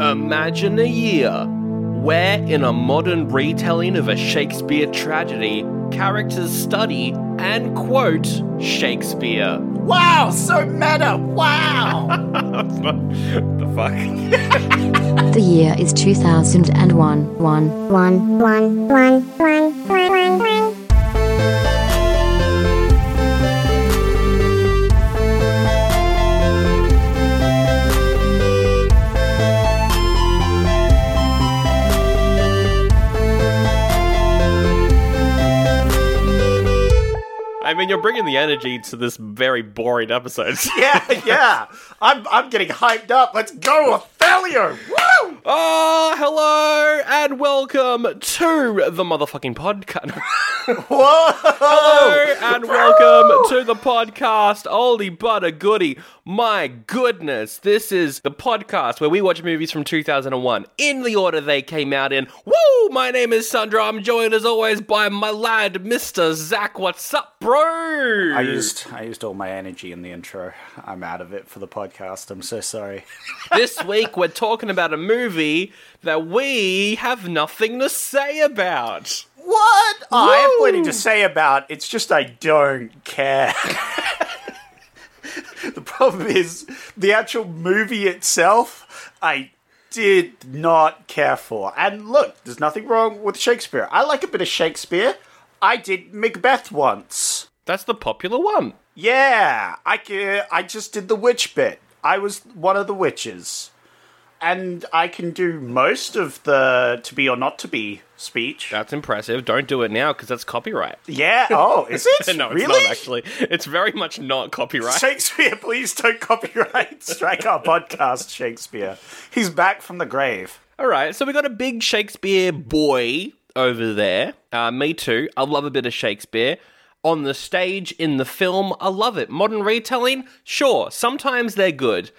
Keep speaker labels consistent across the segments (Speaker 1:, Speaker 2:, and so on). Speaker 1: Imagine a year where, in a modern retelling of a Shakespeare tragedy, characters study and quote Shakespeare.
Speaker 2: Wow, so meta. Wow.
Speaker 1: the fuck?
Speaker 3: The year is 2001. One.
Speaker 4: One, one, one, one, one, one, one.
Speaker 1: I mean, you're bringing the energy to this very boring episode.
Speaker 2: yeah, yeah. I'm, I'm getting hyped up. Let's go, Othello. Woo!
Speaker 1: oh, hello and welcome to the motherfucking podcast.
Speaker 2: Whoa.
Speaker 1: Hello and welcome to the podcast, Oldie But a Goodie. My goodness, this is the podcast where we watch movies from 2001 in the order they came out in. Woo! My name is Sandra. I'm joined as always by my lad, Mr. Zach. What's up, bro?
Speaker 2: I used I used all my energy in the intro. I'm out of it for the podcast. I'm so sorry.
Speaker 1: this week we're talking about a movie that we have nothing to say about.
Speaker 2: What? Oh, I have plenty to say about. It's just I don't care. the problem is the actual movie itself. I did not care for. And look, there's nothing wrong with Shakespeare. I like a bit of Shakespeare. I did Macbeth once.
Speaker 1: That's the popular one.
Speaker 2: Yeah, I can, I just did the witch bit. I was one of the witches. And I can do most of the to be or not to be speech.
Speaker 1: That's impressive. Don't do it now because that's copyright.
Speaker 2: Yeah. Oh, is it?
Speaker 1: no, it's
Speaker 2: really?
Speaker 1: not actually. It's very much not copyright.
Speaker 2: Shakespeare, please don't copyright strike our podcast, Shakespeare. He's back from the grave.
Speaker 1: All right, so we got a big Shakespeare boy over there. Uh, me too. I love a bit of Shakespeare. On the stage, in the film, I love it. Modern retelling, sure. Sometimes they're good,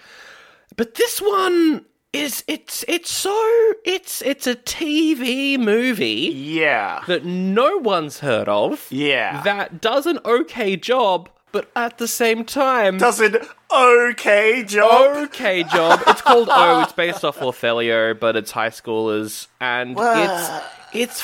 Speaker 1: but this one is it's it's so it's it's a TV movie
Speaker 2: Yeah.
Speaker 1: that no one's heard of.
Speaker 2: Yeah.
Speaker 1: that does an okay job, but at the same time
Speaker 2: Does an okay
Speaker 1: Oh,
Speaker 2: job.
Speaker 1: okay job. It's called Oh. It's based off Othello, but it's high schoolers, and it's it's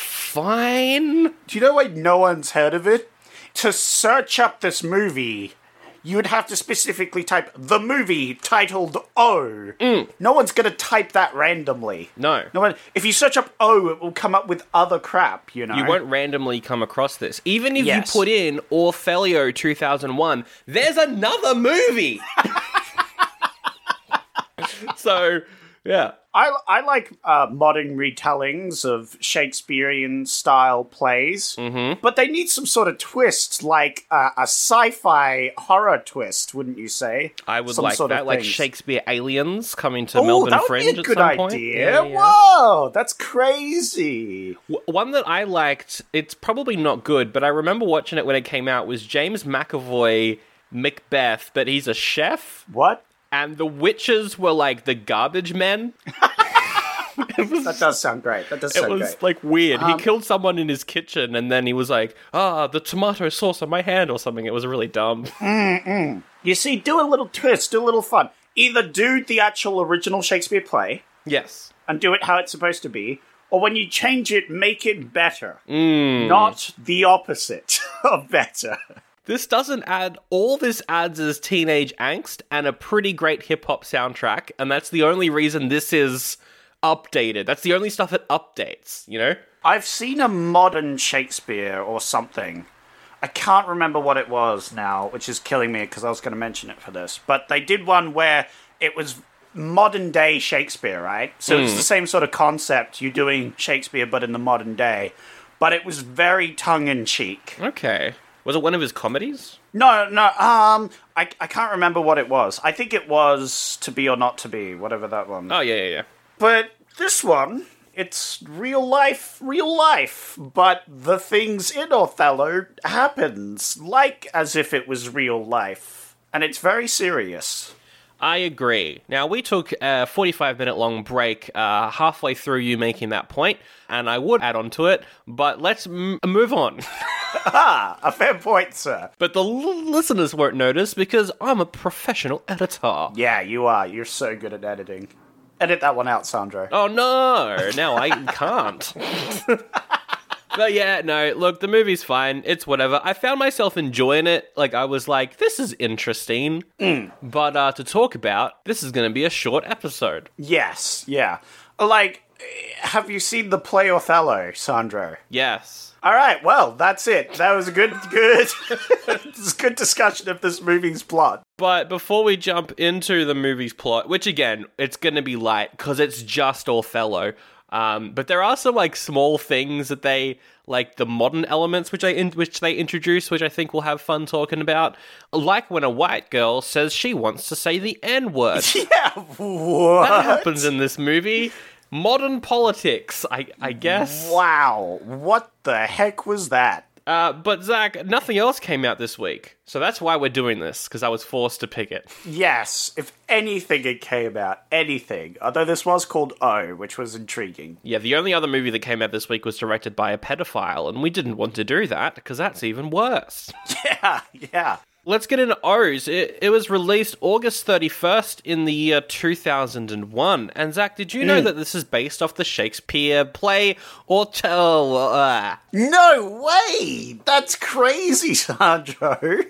Speaker 1: fine.
Speaker 2: Do you know why no one's heard of it? To search up this movie, you would have to specifically type the movie titled O. No one's going to type that randomly.
Speaker 1: Mm. No.
Speaker 2: No one. If you search up O, it will come up with other crap. You know.
Speaker 1: You won't randomly come across this. Even if
Speaker 2: Yes.
Speaker 1: you put in Orfelio 2001, there's another movie. so, yeah.
Speaker 2: I, I like uh, modern retellings of Shakespearean style plays, mm-hmm. but they need some sort of twist, like uh, a sci fi horror twist, wouldn't you say?
Speaker 1: I would
Speaker 2: Some
Speaker 1: like
Speaker 2: sort of
Speaker 1: that, like
Speaker 2: things.
Speaker 1: Shakespeare aliens coming to
Speaker 2: Ooh,
Speaker 1: Melbourne
Speaker 2: that would
Speaker 1: Fringe
Speaker 2: be a
Speaker 1: at
Speaker 2: good
Speaker 1: some
Speaker 2: idea.
Speaker 1: point. Yeah, yeah.
Speaker 2: Whoa, that's crazy.
Speaker 1: W- One that I liked, it's probably not good, but I remember watching it when it came out, was James McAvoy Macbeth, but he's a chef,
Speaker 2: What?
Speaker 1: and the witches were like the garbage men.
Speaker 2: That does sound great. That does
Speaker 1: It
Speaker 2: sound
Speaker 1: was
Speaker 2: great.
Speaker 1: like weird. he killed someone in his kitchen, and then he was like, "Ah, the tomato sauce on my hand" or something. It was really dumb.
Speaker 2: You see, do a little twist, do a little fun. Either do the actual original Shakespeare play
Speaker 1: yes,
Speaker 2: and do it how it's supposed to be, or when you change it, make it better. Not the opposite of better.
Speaker 1: this doesn't add. All this adds is teenage angst and a pretty great hip hop soundtrack, and that's the only reason this is updated. That's the only stuff it updates. You know.
Speaker 2: I've seen a modern Shakespeare or something. I can't remember what it was now, which is killing me because I was going to mention it for this. But they did one where it was modern day Shakespeare, right? So it's the same sort of concept. You're doing Shakespeare, but in the modern day. But it was very tongue in cheek.
Speaker 1: Okay. Was it one of his comedies?
Speaker 2: No, no. Um, I, I can't remember what it was. I think it was to be or not to be, whatever that one.
Speaker 1: Oh yeah, yeah, yeah.
Speaker 2: But this one, it's real life, real life. But the things in Othello happens like as if it was real life, and it's very serious.
Speaker 1: I agree. Now, we took a 45 minute long break uh, halfway through you making that point, and I would add on to it, but let's m- move on.
Speaker 2: A fair point, sir.
Speaker 1: but the l- listeners won't notice because I'm a professional editor.
Speaker 2: Yeah, you are. You're so good at editing. Edit that one out, Sandro.
Speaker 1: Oh no, now I can't. but yeah, no, look, the movie's fine. It's whatever. I found myself enjoying it. Like, I was like, this is interesting. But uh, to talk about, this is going to be a short episode.
Speaker 2: Yes, yeah. Like, eh, have you seen the play Othello, Sandro?
Speaker 1: Yes.
Speaker 2: All right, well, that's it. That was a good, good, it's a good discussion of this movie's plot.
Speaker 1: But before we jump into the movie's plot, which again, it's going to be light because it's just Othello. Um, but there are some like small things that they like the modern elements which they in- which they introduce, which I think we'll have fun talking about. Like when a white girl says she wants to say the N word.
Speaker 2: Yeah,
Speaker 1: that
Speaker 2: what?
Speaker 1: happens in this movie. Modern politics, I, I guess.
Speaker 2: Wow, what the heck was that?
Speaker 1: Uh, but Zach, nothing else came out this week, so that's why we're doing this because I was forced to pick it.
Speaker 2: Yes, if anything it came out, anything. Although this was called O, which was intriguing.
Speaker 1: Yeah, the only other movie that came out this week was directed by a pedophile, and we didn't want to do that because that's even worse.
Speaker 2: Yeah, yeah.
Speaker 1: Let's get into O's. It, it was released August 31st in the year 2001. And Zach, did you know that this is based off the Shakespeare play Othello? Uh,
Speaker 2: No way! That's crazy, Sandro.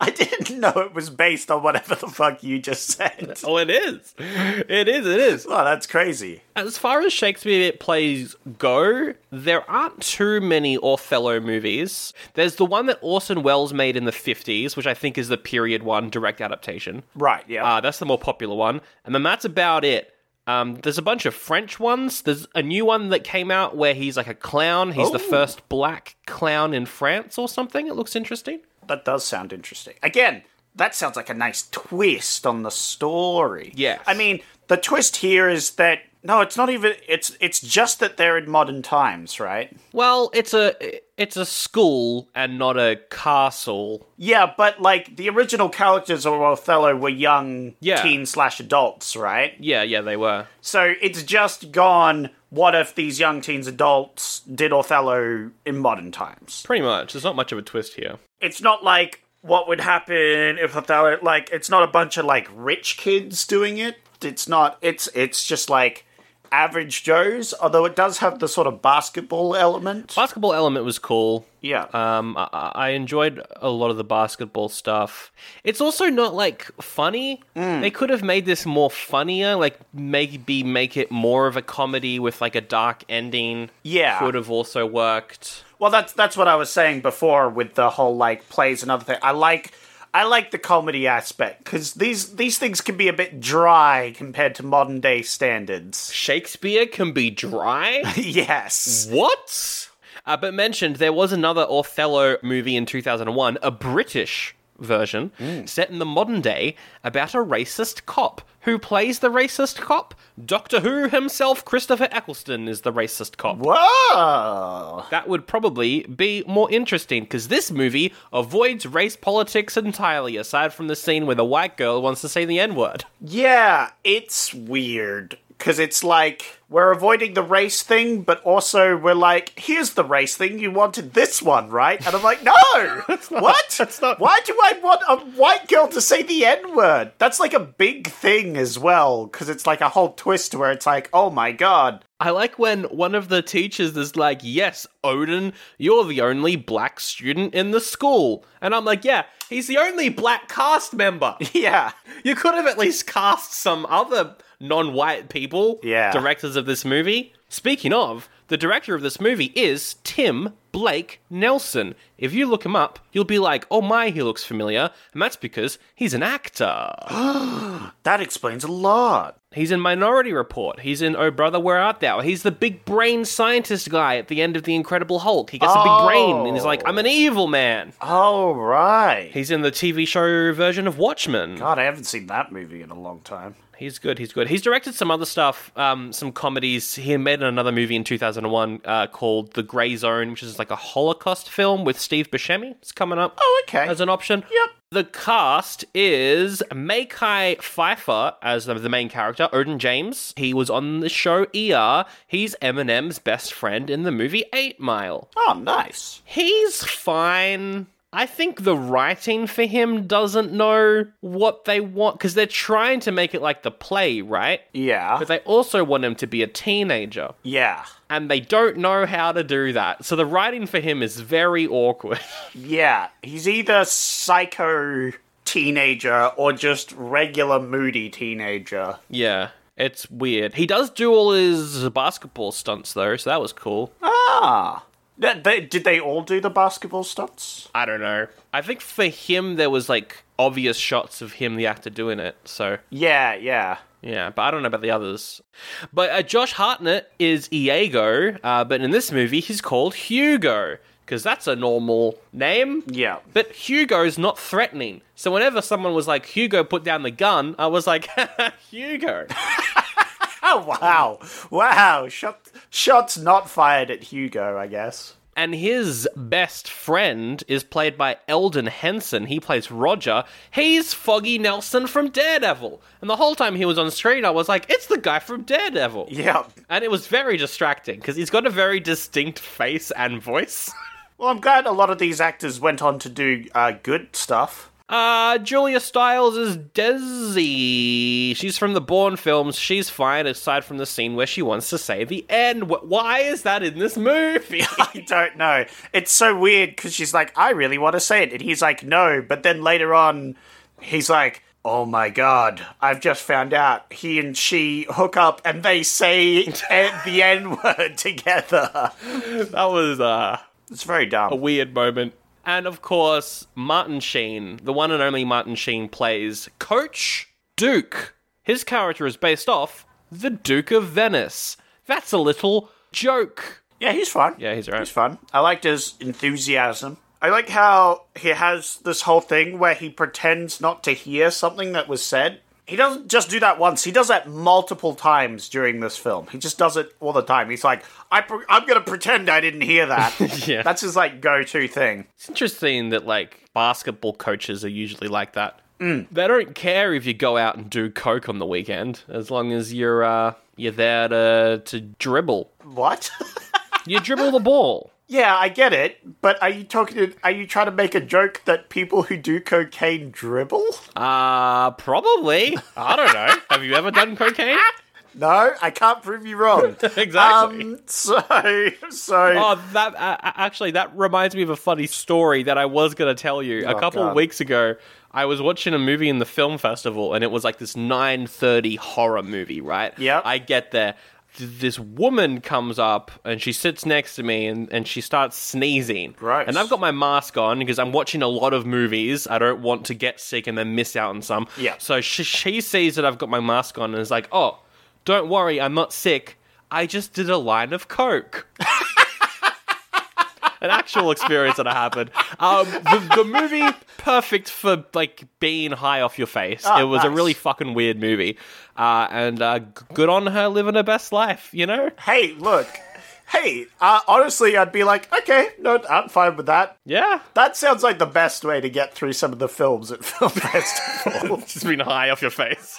Speaker 2: I didn't know it was based on whatever the fuck you just said.
Speaker 1: Oh, it is. It is, it is.
Speaker 2: Oh, that's crazy.
Speaker 1: As far as Shakespeare plays go, there aren't too many Othello movies. There's the one that Orson Welles made in the 50s, which I think is the period one direct adaptation.
Speaker 2: Right, yeah.
Speaker 1: Uh, that's the more popular one. And then that's about it. Um, there's a bunch of French ones. There's a new one that came out where he's like a clown. He's the first black clown in France or something. It looks interesting.
Speaker 2: that does sound interesting. Again, that sounds like a nice twist on the story.
Speaker 1: Yes.
Speaker 2: I mean, the twist here is that no, it's not even it's it's just that they're in modern times, right?
Speaker 1: Well, it's a it's a school and not a castle.
Speaker 2: Yeah, but like the original characters of Othello were young
Speaker 1: Yeah.
Speaker 2: teen slash adults, right?
Speaker 1: Yeah, yeah, they were.
Speaker 2: So it's just gone. What if these young teens adults did Othello in modern times?
Speaker 1: Pretty much. There's not much of a twist here.
Speaker 2: It's not like what would happen if Othello like it's not a bunch of like rich kids doing it. It's not it's it's just like average joes, although it does have the sort of basketball element.
Speaker 1: Basketball element was cool.
Speaker 2: Yeah.
Speaker 1: Um, I- I, I enjoyed a lot of the basketball stuff. It's also not like funny. They could have made this more funnier, like maybe make it more of a comedy with like a dark ending.
Speaker 2: Yeah.
Speaker 1: would have also worked.
Speaker 2: Well, that's that's what I was saying before with the whole like plays another thing. I like I like the comedy aspect because these these things can be a bit dry compared to modern day standards.
Speaker 1: Shakespeare can be dry.
Speaker 2: yes.
Speaker 1: what? Uh, but mentioned there was another Othello movie in 2001, a British version set in the modern day about a racist cop who plays the racist cop doctor who himself christopher eccleston is the racist cop
Speaker 2: Whoa.
Speaker 1: that would probably be more interesting because this movie avoids race politics entirely aside from the scene where the white girl wants to say the n-word
Speaker 2: Yeah, it's weird because it's like we're avoiding the race thing, but also we're like, here's the race thing. You wanted this one, right? And I'm like, no. what? That's not. Why do I want a white girl to say the N word? That's like a big thing as well because it's like a whole twist where it's like, oh my god.
Speaker 1: I like when one of the teachers is like, Yes, Odin, you're the only black student in the school. And I'm like, Yeah, he's the only black cast member.
Speaker 2: Yeah.
Speaker 1: you could have at least cast some other non white people,
Speaker 2: Yeah.
Speaker 1: directors of this movie. Speaking of, the director of this movie is Tim Blake Nelson. If you look him up, you'll be like, Oh my, he looks familiar. And that's because he's an actor.
Speaker 2: That explains a lot.
Speaker 1: He's in Minority Report. He's in Oh Brother, Where Art Thou? He's the big brain scientist guy at the end of The Incredible Hulk. He gets a big brain and he's like, I'm an evil man.
Speaker 2: Oh, right.
Speaker 1: He's in the TV show version of Watchmen.
Speaker 2: God, I haven't seen that movie in a long time.
Speaker 1: He's good. He's good. He's directed some other stuff, um, some comedies. He made another movie in 2001 uh, called The Grey Zone, which is like a Holocaust film with Steve Buscemi. It's coming up.
Speaker 2: Oh, okay.
Speaker 1: As an option.
Speaker 2: Yep.
Speaker 1: The cast is Makai Pfeiffer as the, the main character, Odin James. He was on the show ER. He's Eminem's best friend in the movie Eight Mile.
Speaker 2: Oh, nice.
Speaker 1: He's fine. I think the writing for him doesn't know what they want because they're trying to make it like the play, right?
Speaker 2: Yeah.
Speaker 1: But they also want him to be a teenager,
Speaker 2: Yeah.
Speaker 1: and they don't know how to do that. So the writing for him is very awkward.
Speaker 2: Yeah. He's either psycho teenager or just regular moody teenager.
Speaker 1: yeah, it's weird. He does do all his basketball stunts though, so that was cool.
Speaker 2: Ah. Th- they- did they all do the basketball stunts?
Speaker 1: I don't know. I think for him there was like obvious shots of him, the actor, doing it. So
Speaker 2: Yeah, yeah.
Speaker 1: Yeah, but I don't know about the others. But uh, Josh Hartnett is Iago, uh, but in this movie he's called Hugo because that's a normal name.
Speaker 2: Yeah.
Speaker 1: But Hugo's not threatening. So whenever someone was like, Hugo, put down the gun, I was like, Hugo.
Speaker 2: Oh, wow. Wow. Shot, shots not fired at Hugo, I guess.
Speaker 1: and his best friend is played by Eldon Henson. He plays Roger. He's Foggy Nelson from Daredevil. And the whole time he was on screen, I was like, it's the guy from Daredevil.
Speaker 2: Yeah.
Speaker 1: And it was very distracting because he's got a very distinct face and voice.
Speaker 2: Well, I'm glad a lot of these actors went on to do uh, good stuff.
Speaker 1: Uh, Julia Stiles is Desi. She's from the Bourne films. She's fine, aside from the scene where she wants to say the end. Wh- Why is that in this movie?
Speaker 2: I don't know. It's so weird because she's like, I really want to say it. And he's like, no. But then later on, he's like, oh my God, I've just found out he and she hook up and they say e- the N word together.
Speaker 1: that was uh,
Speaker 2: It's very
Speaker 1: a
Speaker 2: dumb.
Speaker 1: weird moment. And of course, Martin Sheen, the one and only Martin Sheen, plays Coach Duke. His character is based off the Duke of Venice. That's a little joke.
Speaker 2: Yeah, he's fun.
Speaker 1: Yeah, he's alright.
Speaker 2: He's fun. I liked his enthusiasm. I like how he has this whole thing where he pretends not to hear something that was said. He doesn't just do that once. He does that multiple times during this film. He just does it all the time. He's like, I pre- I'm going to pretend I didn't hear that.
Speaker 1: Yeah.
Speaker 2: That's his like go-to thing.
Speaker 1: It's interesting that like basketball coaches are usually like that. They don't care if you go out and do coke on the weekend, as long as you're uh, you're there to to dribble.
Speaker 2: What?
Speaker 1: You dribble the ball.
Speaker 2: yeah, I get it. But are you talking to, are you trying to make a joke that people who do cocaine dribble?
Speaker 1: Uh probably. I don't know. Have you ever done cocaine?
Speaker 2: No, I can't prove you wrong.
Speaker 1: Exactly.
Speaker 2: Um, so, so
Speaker 1: Oh, that uh, actually that reminds me of a funny story that I was going to tell you. a couple
Speaker 2: Oh, God.
Speaker 1: weeks ago, I was watching a movie in the film festival, and it was like this nine thirty horror movie, right?
Speaker 2: Yep.
Speaker 1: I get there. th- This woman comes up and she sits next to me and, and she starts sneezing.
Speaker 2: Gross.
Speaker 1: And I've got my mask on because I'm watching a lot of movies. I don't want to get sick and then miss out on some.
Speaker 2: Yeah.
Speaker 1: So she, she sees that I've got my mask on and is like, oh, don't worry, I'm not sick. I just did a line of coke an actual experience that happened. Um, the, the movie perfect for like being high off your face. it was a
Speaker 2: nice.
Speaker 1: really fucking weird movie, uh, and uh, g- good on her living her best life. You know?
Speaker 2: hey, look, hey, uh, honestly, I'd be like, okay, no, I'm fine with that.
Speaker 1: Yeah.
Speaker 2: That sounds like the best way to get through some of the films at film festival.
Speaker 1: Just being high off your face.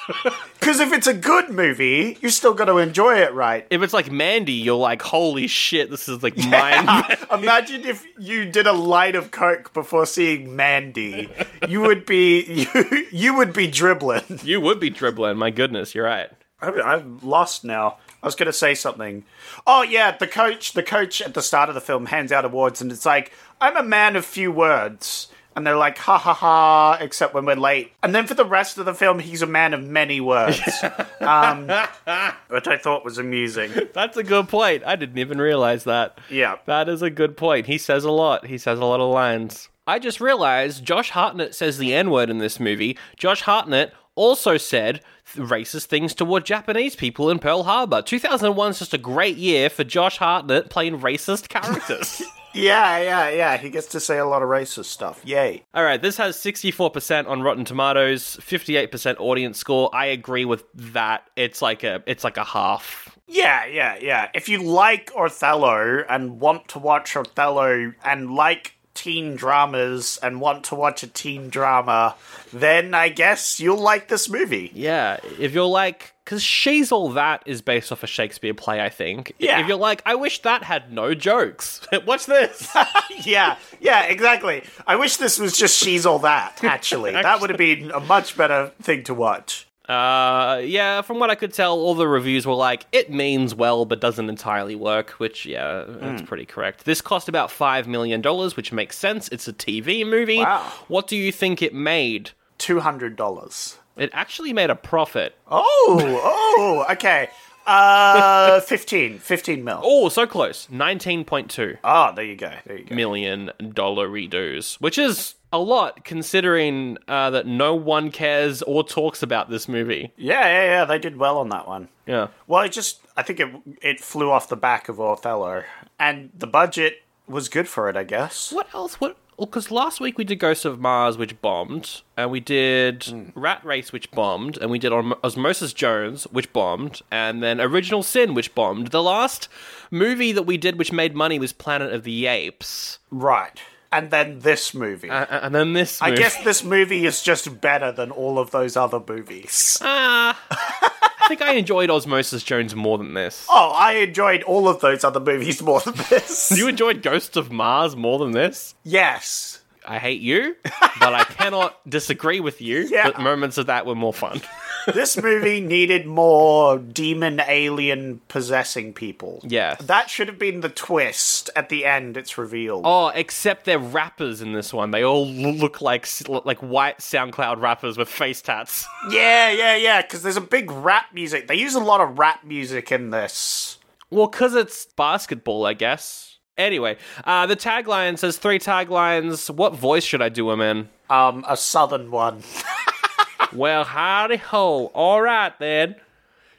Speaker 2: Because if it's a good movie, you're still going to enjoy it, right?
Speaker 1: if it's like Mandy, you're like, holy shit, this is like mind.
Speaker 2: Imagine if you did a line of coke before seeing Mandy. You would be you, you would be dribbling.
Speaker 1: you would be dribbling. My goodness, you're right.
Speaker 2: I'm, I'm lost now. I was going to say something. Oh yeah, the coach, the coach at the start of the film hands out awards, and it's like, "I'm a man of few words," and they're like, "Ha ha ha!" Except when we're late, and then for the rest of the film, he's a man of many words, um, which I thought was amusing.
Speaker 1: That's a good point. I didn't even realize that.
Speaker 2: Yeah.
Speaker 1: That is a good point. He says a lot. He says a lot of lines. I just realized Josh Hartnett says the N word in this movie. Josh Hartnett also said th- racist things toward Japanese people in Pearl Harbor. 2001 is just a great year for Josh Hartnett playing racist characters.
Speaker 2: Yeah, yeah, yeah. He gets to say a lot of racist stuff. Yay.
Speaker 1: All right, this has 64% on Rotten Tomatoes, 58% audience score. I agree with that. It's like a it's like a half.
Speaker 2: Yeah, yeah, yeah. If you like Othello and want to watch Othello and like teen dramas and want to watch a teen drama, then I guess you'll like this movie.
Speaker 1: Yeah, if you're like cuz She's All That is based off a Shakespeare play, I think.
Speaker 2: Yeah.
Speaker 1: If you're like, I wish that had no jokes. Watch this.
Speaker 2: yeah, yeah, exactly. I wish this was just She's All That, actually. That would have been a much better thing to watch.
Speaker 1: uh, yeah, from what I could tell, all the reviews were like, it means well but doesn't entirely work, which yeah, that's
Speaker 2: Hmm.
Speaker 1: pretty correct. This cost about 5 million dollars, which makes sense. It's a TV movie.
Speaker 2: Wow.
Speaker 1: What do you think it made?
Speaker 2: $200.
Speaker 1: It actually made a profit.
Speaker 2: Oh, oh, okay. Uh, 15, 15 mil.
Speaker 1: Oh, so close. Nineteen point two
Speaker 2: Oh, there you go. There you go.
Speaker 1: million dollar redos, which is a lot considering uh, that no one cares or talks about this movie.
Speaker 2: Yeah, yeah, yeah. They did well on that one.
Speaker 1: Yeah.
Speaker 2: Well, it just I think it it flew off the back of Othello, and the budget was good for it, I guess.
Speaker 1: What else? What? Because last week we did Ghosts of Mars, which bombed, and we did Rat Race, which bombed, and we did Osm- Osmosis Jones, which bombed, and then Original Sin, which bombed. The last movie that we did which made money was Planet of the Apes,
Speaker 2: Right. And then this movie.
Speaker 1: A- a- and then this.
Speaker 2: I
Speaker 1: Uh, Movie.
Speaker 2: guess this movie is just better than all of those other movies.
Speaker 1: Ah, I think I enjoyed Osmosis Jones more than this.
Speaker 2: Oh, I enjoyed all of those other movies more than this.
Speaker 1: You enjoyed Ghosts of Mars more than this?
Speaker 2: yes.
Speaker 1: I hate you, but I cannot disagree with you.
Speaker 2: Yeah.
Speaker 1: But moments of that were more fun.
Speaker 2: This movie needed more demon alien possessing people.
Speaker 1: Yeah.
Speaker 2: That should have been the twist at the end it's revealed.
Speaker 1: Oh, except they're rappers in this one. They all l- look like s- look like white SoundCloud rappers with face tats.
Speaker 2: Yeah, yeah, yeah. Because there's a big rap music. They use a lot of rap music in this.
Speaker 1: Well, because it's basketball, I guess. Anyway, uh, the tagline says three taglines. What voice should I do him in?
Speaker 2: Um, a southern one.
Speaker 1: Well, howdy ho. All right then.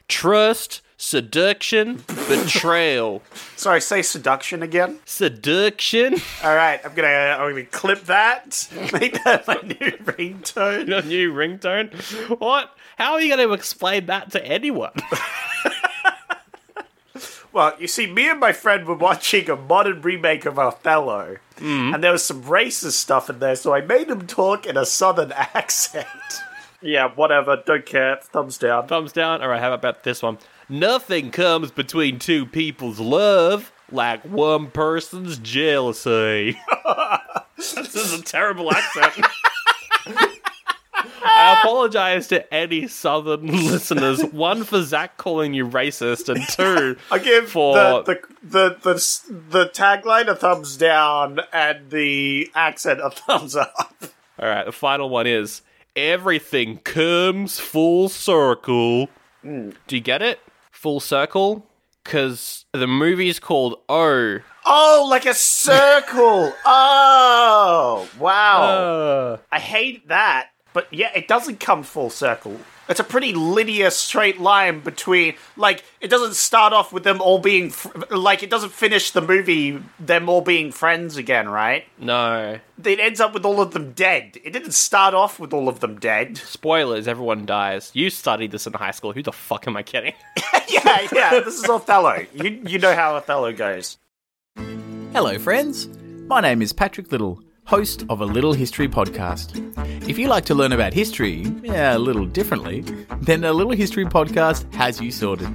Speaker 1: Trust, seduction, betrayal.
Speaker 2: Sorry, say seduction again.
Speaker 1: seduction.
Speaker 2: All right, I'm gonna I'm gonna clip that. Make that my new ringtone.
Speaker 1: Your new ringtone. What? How are you going to explain that to anyone?
Speaker 2: Well, you see, me and my friend were watching a modern remake of Othello, and there was some racist stuff in there, so I made him talk in a southern accent. yeah, whatever. Don't care. Thumbs down.
Speaker 1: Thumbs down. All right, how about this one? Nothing comes between two people's love like one person's jealousy. this is a terrible accent. I apologize to any southern listeners. One for Zach calling you racist, and two
Speaker 2: I give
Speaker 1: for
Speaker 2: the, the the the the tagline a thumbs down and the accent a thumbs up.
Speaker 1: All right, the final one is everything comes full circle.
Speaker 2: Hmm.
Speaker 1: Do you get it? Full circle? Because the movie's called O.
Speaker 2: Oh, like a circle. oh, wow.
Speaker 1: Uh,
Speaker 2: I hate that, but yeah, it doesn't come full circle. It's a pretty linear straight line between like it doesn't start off with them all being fr- like it doesn't finish the movie them all being friends again, right?
Speaker 1: no.
Speaker 2: It ends up with all of them dead. It didn't start off with all of them dead.
Speaker 1: Spoilers, everyone dies. You studied this in high school. Who the fuck am I kidding?
Speaker 2: yeah, yeah. This is Othello. You you know how Othello goes.
Speaker 5: Hello, friends. My name is Patrick Little, host of a Little History podcast. If you like to learn about history yeah, a little differently, then a Little History podcast has you sorted.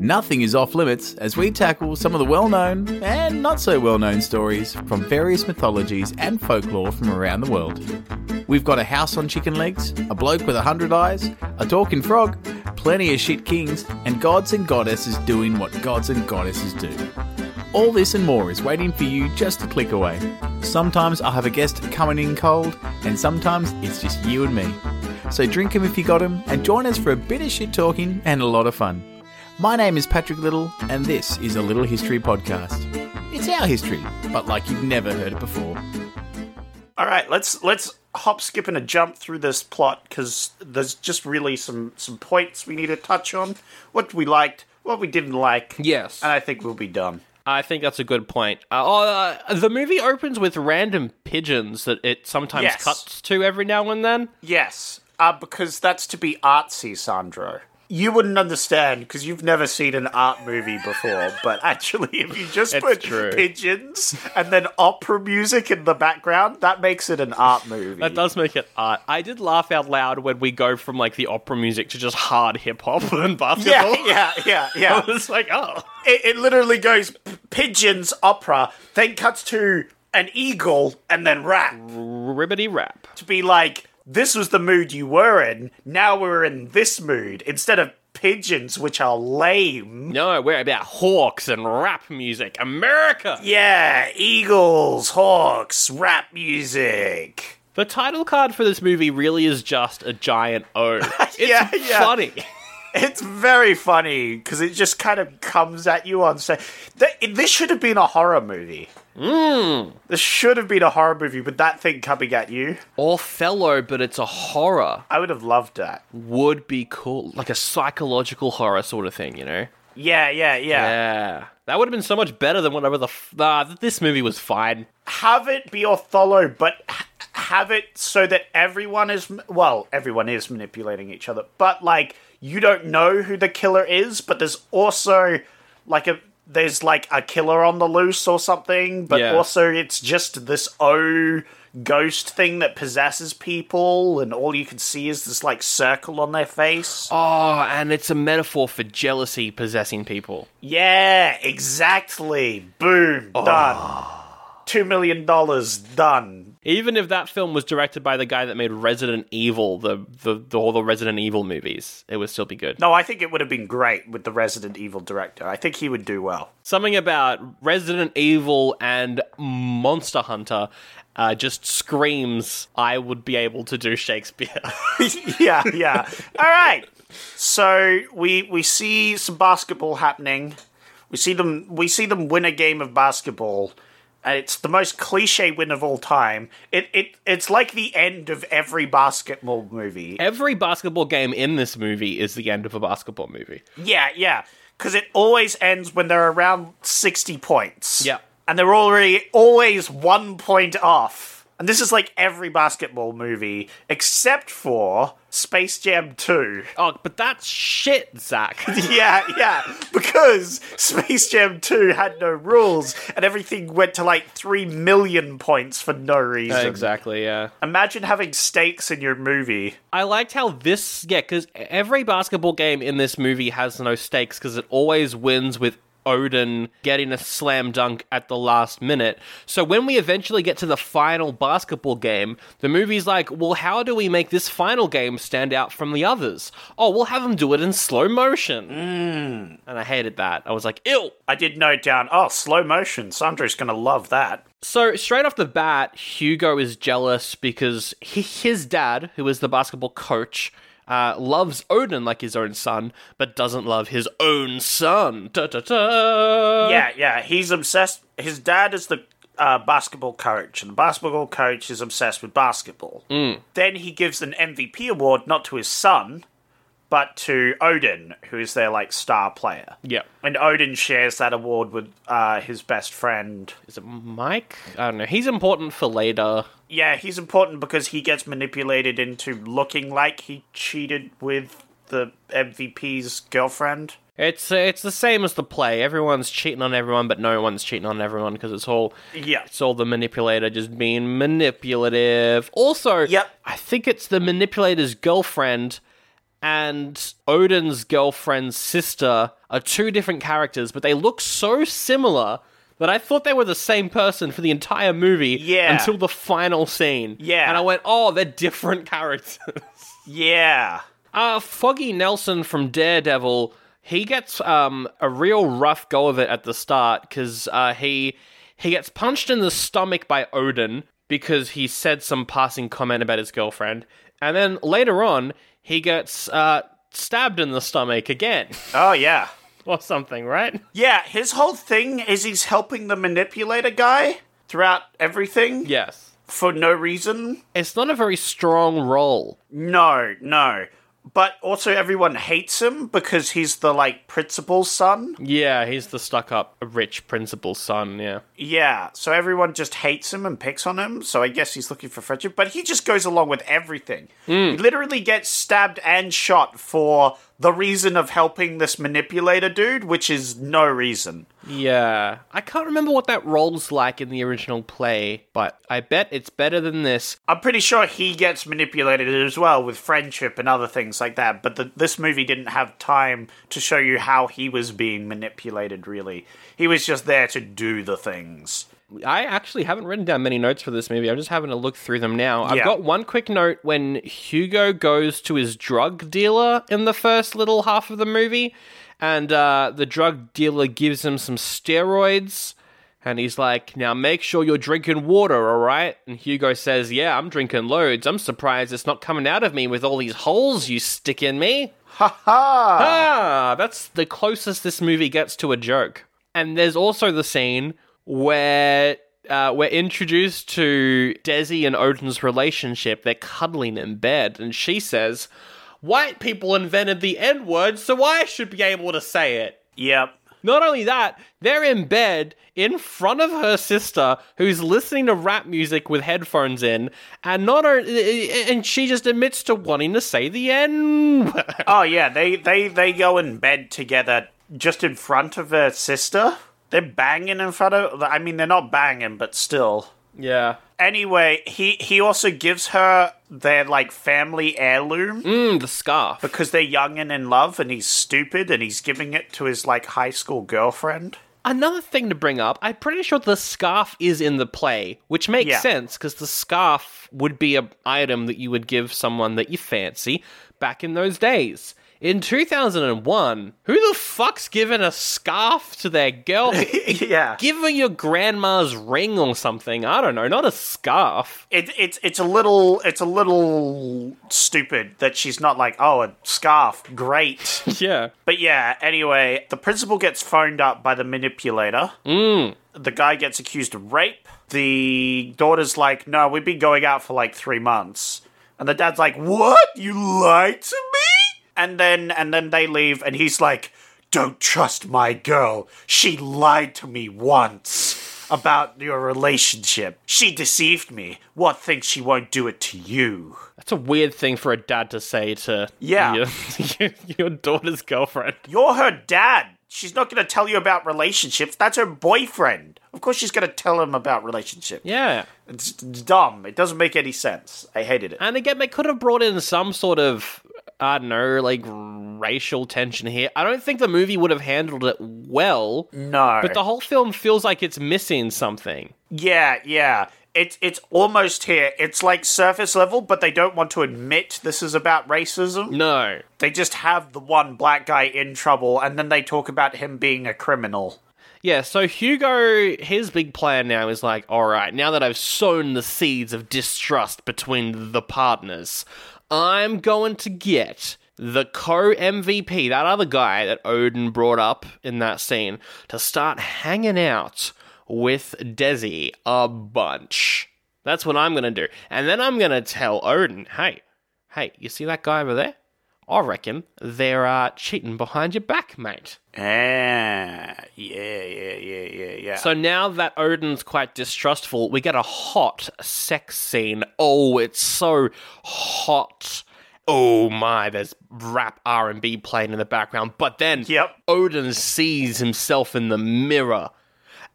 Speaker 5: Nothing is off limits as we tackle some of the well known and not so well known stories from various mythologies and folklore from around the world. We've got a house on chicken legs, a bloke with a hundred eyes, a talking frog, plenty of shit kings, and gods and goddesses doing what gods and goddesses do. All this and more is waiting for you just a click away. Sometimes I'll have a guest coming in cold, and sometimes it's just you and me. So drink 'em if you got 'em, and join us for a bit of shit talking and a lot of fun. My name is Patrick Little, and this is a Little History Podcast. It's our history, but like you've never heard it before.
Speaker 2: All right, let's let's hop, skip, and a jump through this plot because there's just really some some points we need to touch on. What we liked, what we didn't like.
Speaker 1: Yes.
Speaker 2: and I think we'll be done.
Speaker 1: I think that's a good point. Uh, oh, uh, the movie opens with random pigeons that it sometimes
Speaker 2: Yes.
Speaker 1: cuts to every now and then.
Speaker 2: Yes, uh, because that's to be artsy, Sandro. You wouldn't understand because you've never seen an art movie before. But actually, if you just
Speaker 1: It's
Speaker 2: put
Speaker 1: true.
Speaker 2: pigeons and then opera music in the background, that makes it an art movie.
Speaker 1: That does make it art. I did laugh out loud when we go from like the opera music to just hard hip hop and
Speaker 2: Yeah,
Speaker 1: basketball.
Speaker 2: yeah, yeah, yeah.
Speaker 1: I was like, oh,
Speaker 2: it, it literally goes p- pigeons opera then cuts to an eagle and then rap
Speaker 1: ribbity rap.
Speaker 2: to be like this was the mood you were in now we're in this mood instead of pigeons which are lame
Speaker 1: No, we're about hawks and rap music. America.
Speaker 2: yeah eagles hawks rap music
Speaker 1: The title card for this movie really is just a giant O. It's
Speaker 2: Yeah, yeah.
Speaker 1: funny.
Speaker 2: it's very funny because it just kind of comes at you on say th- this should have been a horror movie this should have been a horror movie but that thing coming at you
Speaker 1: Orfello, but it's a horror.
Speaker 2: i would have loved that
Speaker 1: Would be cool, like a psychological horror sort of thing, you know?
Speaker 2: yeah yeah yeah
Speaker 1: Yeah, that would have been so much better than whatever the. F- ah, this movie was fine.
Speaker 2: have it be Othello, but h- have it so that everyone is well, everyone is manipulating each other, but like you don't know who the killer is, but there's also like a there's like a killer on the loose or something, but
Speaker 1: Yeah.
Speaker 2: also it's just this O ghost thing that possesses people and all you can see is this like circle on their face.
Speaker 1: Oh, and it's a metaphor for jealousy possessing people.
Speaker 2: Yeah, exactly. Boom,
Speaker 1: Oh.
Speaker 2: done. 2 million dollars done.
Speaker 1: Even if that film was directed by the guy that made Resident Evil, the the, the all the Resident Evil movies, it would still be good.
Speaker 2: No, I think it would have been great with the Resident Evil director. I think he would do well.
Speaker 1: Something about Resident Evil and Monster Hunter uh, just screams, "I would be able to do Shakespeare."
Speaker 2: yeah, yeah. All right. So we we see some basketball happening. We see them we see them win a game of basketball. And it's the most cliche win of all time. It it it's like the end of every basketball movie.
Speaker 1: Every basketball game in this movie is the end of a basketball movie.
Speaker 2: Yeah, yeah. Because it always ends when they're around 60 points.
Speaker 1: Yeah.
Speaker 2: And they're already always one point off. And this is like every basketball movie, except for Space Jam 2.
Speaker 1: Oh, but that's shit, Zach.
Speaker 2: Yeah, yeah. Because Space Jam 2 had no rules, and everything went to like 3 million points for no reason.
Speaker 1: exactly. Yeah.
Speaker 2: Imagine having stakes in your movie.
Speaker 1: I liked how this, yeah, because every basketball game in this movie has no stakes because it always wins with Odin getting a slam dunk at the last minute. So when we eventually get to the final basketball game, the movie's like, well, how do we make this final game stand out from the others? Oh, we'll have them do it in slow motion. And I hated that. I was like, ill.
Speaker 2: I did note down, oh, slow motion. Sandra's going to love that.
Speaker 1: So straight off the bat, Hugo is jealous because he, his dad, who is the basketball coach, uh, loves Odin like his own son, but doesn't love his own son. Da, da, da.
Speaker 2: Yeah, yeah. He's obsessed. His dad is the uh, basketball coach, and the basketball coach is obsessed with basketball. Then he gives an MVP award not to his son, but to Odin, who is their like star player.
Speaker 1: yeah.
Speaker 2: And Odin shares that award with uh, his best friend.
Speaker 1: Is it Mike? I don't know. He's important for later.
Speaker 2: Yeah, he's important because he gets manipulated into looking like he cheated with the MVP's girlfriend.
Speaker 1: It's it's the same as the play. Everyone's cheating on everyone, but no one's cheating on everyone because it's all
Speaker 2: Yeah.
Speaker 1: It's all the manipulator just being manipulative. Also,
Speaker 2: Yep.
Speaker 1: I think it's the manipulator's girlfriend and Odin's girlfriend's sister are two different characters, but they look so similar that I thought they were the same person for the entire movie
Speaker 2: Yeah.
Speaker 1: until the final scene.
Speaker 2: Yeah.
Speaker 1: And I went, oh, they're different characters.
Speaker 2: Yeah.
Speaker 1: Uh, Foggy Nelson from Daredevil, he gets um, a real rough go of it at the start because uh, he he gets punched in the stomach by Odin because he said some passing comment about his girlfriend, and then later on he gets uh, stabbed in the stomach again
Speaker 2: Oh, yeah.
Speaker 1: or something, right?
Speaker 2: Yeah, his whole thing is he's helping the manipulator guy throughout everything.
Speaker 1: Yes.
Speaker 2: for no reason.
Speaker 1: It's not a very strong role.
Speaker 2: No, no. But also, everyone hates him because he's the like principal son.
Speaker 1: Yeah, he's the stuck up rich principal's son, yeah.
Speaker 2: Yeah, so everyone just hates him and picks on him. So I guess he's looking for friendship, but he just goes along with everything. He literally gets stabbed and shot for the reason of helping this manipulator dude, which is no reason.
Speaker 1: Yeah. I can't remember what that role's like in the original play, but I bet it's better than this.
Speaker 2: I'm pretty sure he gets manipulated as well with friendship and other things like that. But the, this movie didn't have time to show you how he was being manipulated. Really, he was just there to do the things.
Speaker 1: I actually haven't written down many notes for this movie. I'm just having a look through them now. I've
Speaker 2: Yeah.
Speaker 1: got one quick note when Hugo goes to his drug dealer in the first little half of the movie, and uh, the drug dealer gives him some steroids, and he's like, Now make sure you're drinking water, all right? And Hugo says, Yeah, I'm drinking loads. I'm surprised it's not coming out of me with all these holes you stick in me. Ah, that's the closest this movie gets to a joke. And there's also the scene where uh, we're introduced to Desi and Odin's relationship. They're cuddling in bed, and she says, White people invented the N word, so I should be able to say it.
Speaker 2: Yep.
Speaker 1: Not only that, they're in bed in front of her sister who's listening to rap music with headphones in, and not only, and she just admits to wanting to say the N word.
Speaker 2: Oh yeah, they they they go in bed together just in front of her sister. They're banging in front of. I mean, they're not banging, but still.
Speaker 1: Yeah.
Speaker 2: Anyway, he he also gives her their like family heirloom
Speaker 1: Mm, the scarf.
Speaker 2: because they're young and in love, and he's stupid, and he's giving it to his like high school girlfriend.
Speaker 1: Another thing to bring up, I'm pretty sure the scarf is in the play, which makes
Speaker 2: Yeah.
Speaker 1: sense because the scarf would be an item that you would give someone that you fancy back in those days. In 2001, who the fuck's giving a scarf to their girl?
Speaker 2: yeah,
Speaker 1: Give her your grandma's ring or something. I don't know, not a scarf.
Speaker 2: it, it's it's a little it's a little stupid that she's not like oh a scarf great.
Speaker 1: Yeah.
Speaker 2: But yeah, anyway, the principal gets phoned up by the manipulator. Mm. The guy gets accused of rape. The daughter's like, no, we've been going out for like three months. And the dad's like, what? You lied to me? And then and then they leave, and he's like, don't trust my girl. She lied to me once about your relationship. She deceived me. What thinks she won't do it to you?
Speaker 1: That's a weird thing for a dad to say to
Speaker 2: Yeah.
Speaker 1: your, your daughter's girlfriend.
Speaker 2: You're her dad. She's not going to tell you about relationships. That's her boyfriend. Of course, she's going to tell him about relationships.
Speaker 1: Yeah.
Speaker 2: It's, it's dumb. It doesn't make any sense. I hated it.
Speaker 1: And again, they could have brought in some sort of, I don't know, like racial tension here. I don't think the movie would have handled it well,
Speaker 2: Mm. No.
Speaker 1: but the whole film feels like it's missing something.
Speaker 2: yeah, yeah. It's it's almost here. It's like surface level, but they don't want to admit this is about racism.
Speaker 1: No.
Speaker 2: They just have the one black guy in trouble, and then they talk about him being a criminal.
Speaker 1: Yeah, so Hugo, his big plan now is like, all right, now that I've sown the seeds of distrust between the partners, I'm going to get the co MVP, that other guy that Odin brought up in that scene, to start hanging out with Desi a bunch. That's what I'm going to do. And then I'm going to tell Odin, hey, hey, you see that guy over there? I reckon they're uh, cheating behind your back, mate.
Speaker 2: Ah, yeah, yeah, yeah, yeah, yeah.
Speaker 1: So now that Odin's quite distrustful, we get a hot sex scene. Oh, it's so hot. Oh my, there's rap R&B playing in the background. But then
Speaker 2: Yep.
Speaker 1: Odin sees himself in the mirror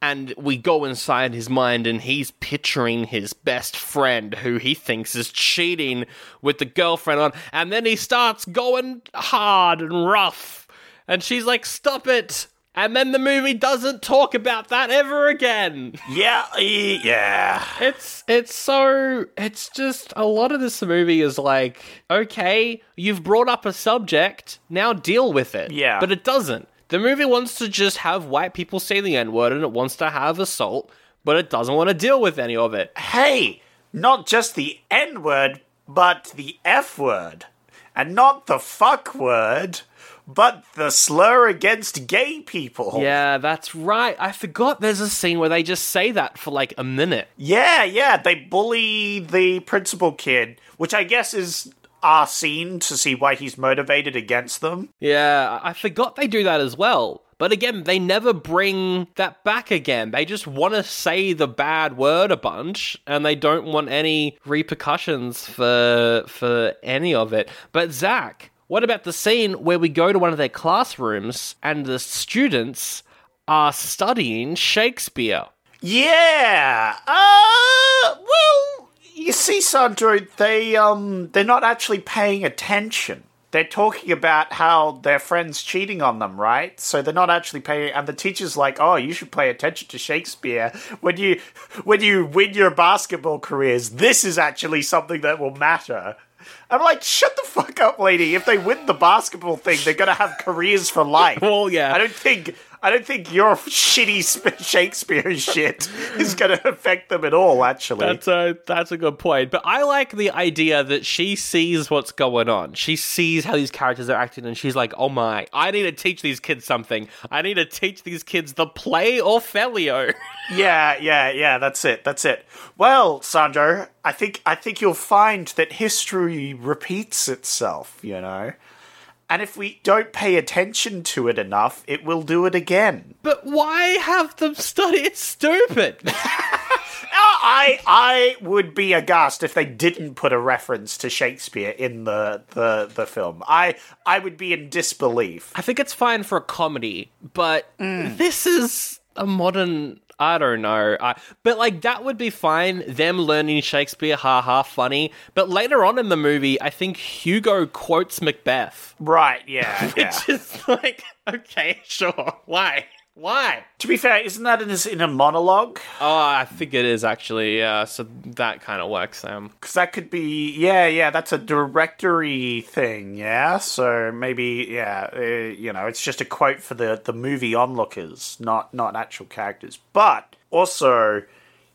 Speaker 1: and we go inside his mind and he's picturing his best friend who he thinks is cheating with the girlfriend on and then he starts going hard and rough and she's like stop it and then the movie doesn't talk about that ever again
Speaker 2: yeah, eh, yeah.
Speaker 1: it's it's so it's just a lot of this movie is like okay you've brought up a subject now deal with it
Speaker 2: Yeah.
Speaker 1: but it doesn't the movie wants to just have white people say the n word and it wants to have assault but it doesn't want to deal with any of it
Speaker 2: hey, not just the N word, but the F word. And not the fuck word, but the slur against gay people.
Speaker 1: Yeah, that's right. I forgot there's a scene where they just say that for like a minute.
Speaker 2: Yeah, yeah, they bully the principal kid, which I guess is our scene to see why he's motivated against them.
Speaker 1: Yeah, I I forgot they do that as well. But again, they never bring that back again. They just want to say the bad word a bunch and they don't want any repercussions for for any of it. But Zach, what about the scene where we go to one of their classrooms and the students are studying Shakespeare?
Speaker 2: Yeah. Uh well, you see Sandro, they um they're not actually paying attention. They're talking about how their friend's cheating on them, right? So they're not actually paying and the teacher's like, "Oh, you should pay attention to Shakespeare when you when you win your basketball careers. This is actually something that will matter." I'm like, "Shut the fuck up, lady. If they win the basketball thing, they're going to have careers for life."
Speaker 1: Well, yeah.
Speaker 2: I don't think I don't think your shitty sp- Shakespeare shit is going to affect them at all. Actually,
Speaker 1: That's a that's a good point. But I like the idea that she sees what's going on. She sees how these characters are acting, and she's like, "Oh my! I need to teach these kids something. I need to teach these kids the play Orfeo."
Speaker 2: yeah, yeah, yeah. That's it. That's it. Well, Sandro, I think I think you'll find that history repeats itself. You know. And if we don't pay attention to it enough, it will do it again.
Speaker 1: but why have them study? It's stupid.
Speaker 2: I I would be aghast if they didn't put a reference to Shakespeare in the the, the film. I I would be in disbelief.
Speaker 1: I think it's fine for a comedy, but this is a modern. I don't know. I, but like that would be fine. Them learning Shakespeare, ha ha, funny. But later on in the movie, I think Hugo quotes Macbeth.
Speaker 2: Right? Yeah. yeah.
Speaker 1: It's like, okay, sure. Why? Why?
Speaker 2: To be fair, isn't that in a, in a monologue?
Speaker 1: Oh, I think it is actually. Yeah, so that kind of works. Um,
Speaker 2: Because that could be, yeah, yeah, that's a directory thing, yeah. So maybe, yeah, uh, you know, it's just a quote for the the movie onlookers, not not actual characters. But also,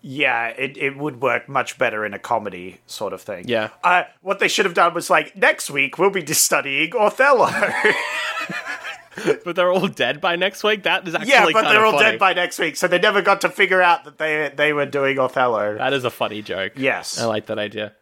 Speaker 2: yeah, it it would work much better in a comedy sort of thing.
Speaker 1: Yeah.
Speaker 2: Uh, what they should have done was like next week we'll be just studying Othello.
Speaker 1: but they're all dead by next week. That is actually
Speaker 2: yeah, but
Speaker 1: kinda
Speaker 2: they're all
Speaker 1: funny.
Speaker 2: dead by next week, so they never got to figure out that they they were doing Othello.
Speaker 1: That is a funny joke.
Speaker 2: Yes.
Speaker 1: I like that idea.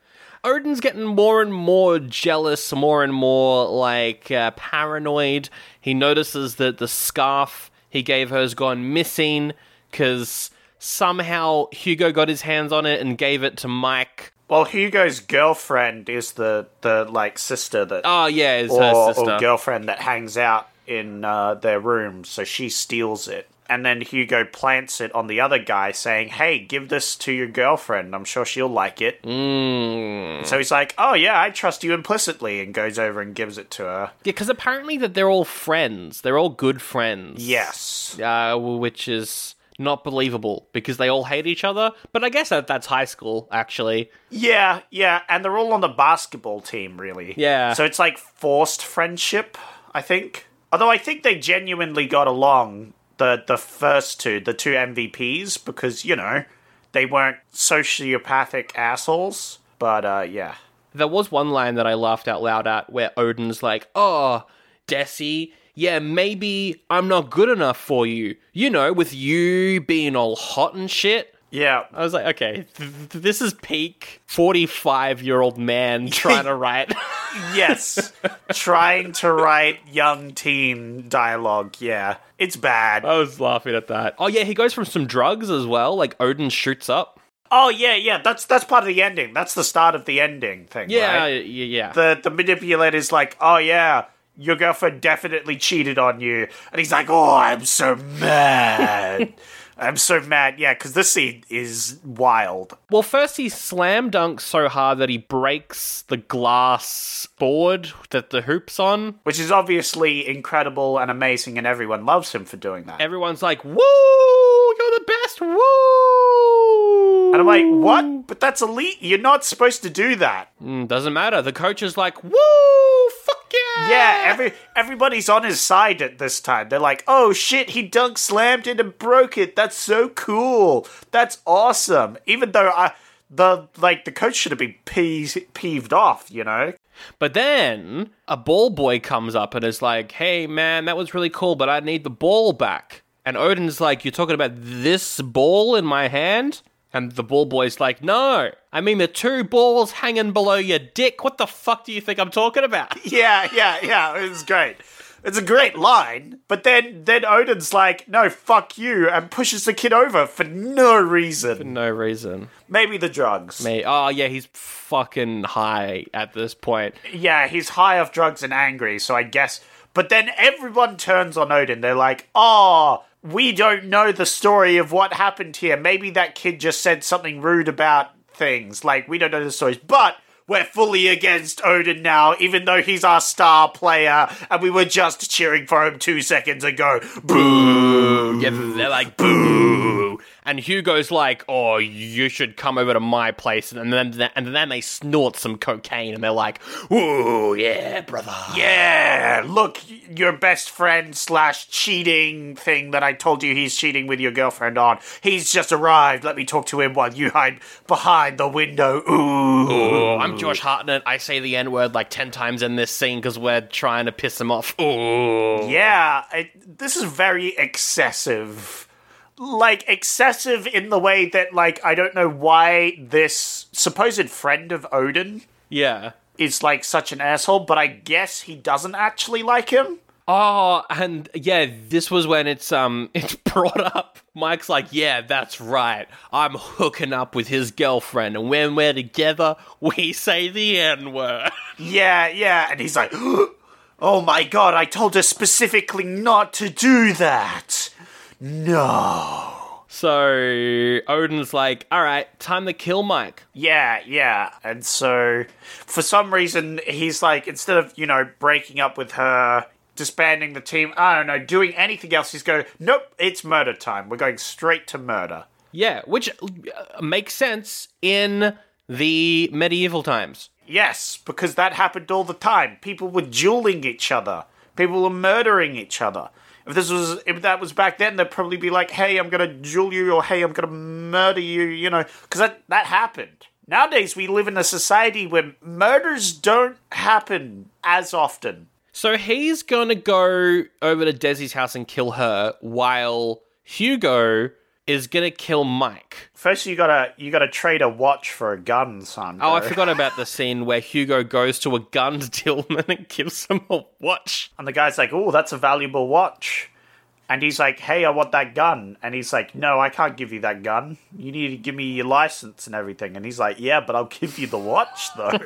Speaker 1: Odin's getting more and more jealous, more and more like uh, paranoid. He notices that the scarf he gave her has gone missing because somehow Hugo got his hands on it and gave it to Mike.
Speaker 2: Well, Hugo's girlfriend is the the like sister that
Speaker 1: Oh yeah, it's
Speaker 2: or,
Speaker 1: her
Speaker 2: or
Speaker 1: sister.
Speaker 2: girlfriend that hangs out in uh, their room, so she steals it. And then Hugo plants it on the other guy, saying, "Hey, give this to your girlfriend. I'm sure she'll like it." Mm. So he's like, "Oh yeah, I trust you implicitly," and goes over and gives it to her.
Speaker 1: Yeah, because apparently that they're all friends. They're all good friends.
Speaker 2: Yes,
Speaker 1: Uh, w- which is not believable because they all hate each other. But I guess that that's high school, actually.
Speaker 2: yeah, yeah, and they're all on the basketball team, really.
Speaker 1: Yeah.
Speaker 2: So it's like forced friendship, I think. Although I think they genuinely got along the the first two, the two MVPs, because you know they weren't sociopathic assholes. But uh, yeah,
Speaker 1: There was one line that I laughed out loud at where Odin's like, Oh, Desi, yeah, maybe I'm not good enough for you. You know, with you being all hot and shit.
Speaker 2: yeah,
Speaker 1: I was like, okay, th- th- this is peak 45 year old man trying to write.
Speaker 2: yes, trying to write young teen dialogue. Yeah, it's bad.
Speaker 1: I was laughing at that. Oh, yeah, he goes from some drugs as well. Like, Odin shoots up.
Speaker 2: oh yeah, yeah, that's that's part of the ending. That's the start of the ending thing.
Speaker 1: Yeah,
Speaker 2: right?
Speaker 1: yeah, yeah.
Speaker 2: the the manipulator's like, "Oh yeah, your girlfriend definitely cheated on you," and he's like, "Oh, I'm so mad." I'm so mad, yeah, because this scene is wild.
Speaker 1: well, first he slam dunks so hard that he breaks the glass board that the hoop's on.
Speaker 2: Which is obviously incredible and amazing, and everyone loves him for doing that.
Speaker 1: Everyone's like, "Woo, you're the best!" Woo.
Speaker 2: And I'm like, what? But that's elite. You're not supposed to do that.
Speaker 1: Mm, doesn't matter. The coach is like, "Woo, fuck yeah!"
Speaker 2: Yeah, every everybody's on his side at this time. They're like, "Oh shit, he dunk slammed it and broke it. That's so cool. That's awesome." Even though I the like the coach should have been pee- peeved off, you know.
Speaker 1: But then a ball boy comes up and is like, hey, man, that was really cool, but I need the ball back. And Odin's like, you're talking about this ball in my hand? And the ball boy's like, no, I mean the two balls hanging below your dick. What the fuck do you think I'm talking about?
Speaker 2: Yeah, yeah, yeah. It was great. It's a great line, but then then Odin's like, "No, fuck you," and pushes the kid over for no reason.
Speaker 1: No reason.
Speaker 2: Maybe the drugs.
Speaker 1: Hey, oh, yeah, he's fucking high at this point.
Speaker 2: Yeah, he's high off drugs and angry, so I guess. But then everyone turns on Odin. They're like, "Ah, we don't know the story of what happened here. Maybe that kid just said something rude about things. Like we don't know the stories, but." We're fully against Odin now, even though he's our star player, and we were just cheering for him two seconds ago. Boo!
Speaker 1: Yeah, they're like, boo. And Hugo's like, oh, you should come over to my place. And then, and then they snort some cocaine and they're like, ooh, yeah, brother.
Speaker 2: Yeah, look, your best friend slash cheating thing that I told you he's cheating with your girlfriend on. He's just arrived. Let me talk to him while you hide behind the window. Ooh.
Speaker 1: Oh, I'm Josh Hartnett. I say the N word like 10 times in this scene because we're trying to piss him off. Ooh.
Speaker 2: Yeah, it, this is very excessive. Like, excessive in the way that, like, I don't know why this supposed friend of Odin
Speaker 1: Yeah.
Speaker 2: is, like, such an asshole, but I guess he doesn't actually like him.
Speaker 1: Oh, and yeah, this was when it's um it's brought up. Mike's like, yeah, that's right. I'm hooking up with his girlfriend, and when we're together, we say the N word.
Speaker 2: Yeah, yeah. And he's like, oh my god, I told her specifically not to do that. No.
Speaker 1: So Odin's like, all right, time to kill Mike.
Speaker 2: Yeah, yeah. And so, for some reason, he's like, instead of, you know, breaking up with her, disbanding the team, I don't know, doing anything else, he's going, nope, it's murder time. We're going straight to murder.
Speaker 1: Yeah, which uh, makes sense in the medieval times.
Speaker 2: Yes, because that happened all the time. People were dueling each other. People were murdering each other. If this was if that was back then, they'd probably be like, "Hey, I'm gonna duel you," or "Hey, I'm gonna murder you," you know, because that that happened. Nowadays, we live in a society where murders don't happen as often.
Speaker 1: So he's gonna go over to Desi's house and kill her, while Hugo is gonna kill Mike.
Speaker 2: First, you gotta you gotta trade a watch for a gun, son.
Speaker 1: Oh, I
Speaker 2: bro.
Speaker 1: forgot about the scene where Hugo goes to a gun dealman and gives him a watch.
Speaker 2: And the guy's like, "Oh, that's a valuable watch." And he's like, "Hey, I want that gun." And he's like, "No, I can't give you that gun. You need to give me your license and everything." And he's like, "Yeah, but I'll give you the watch though."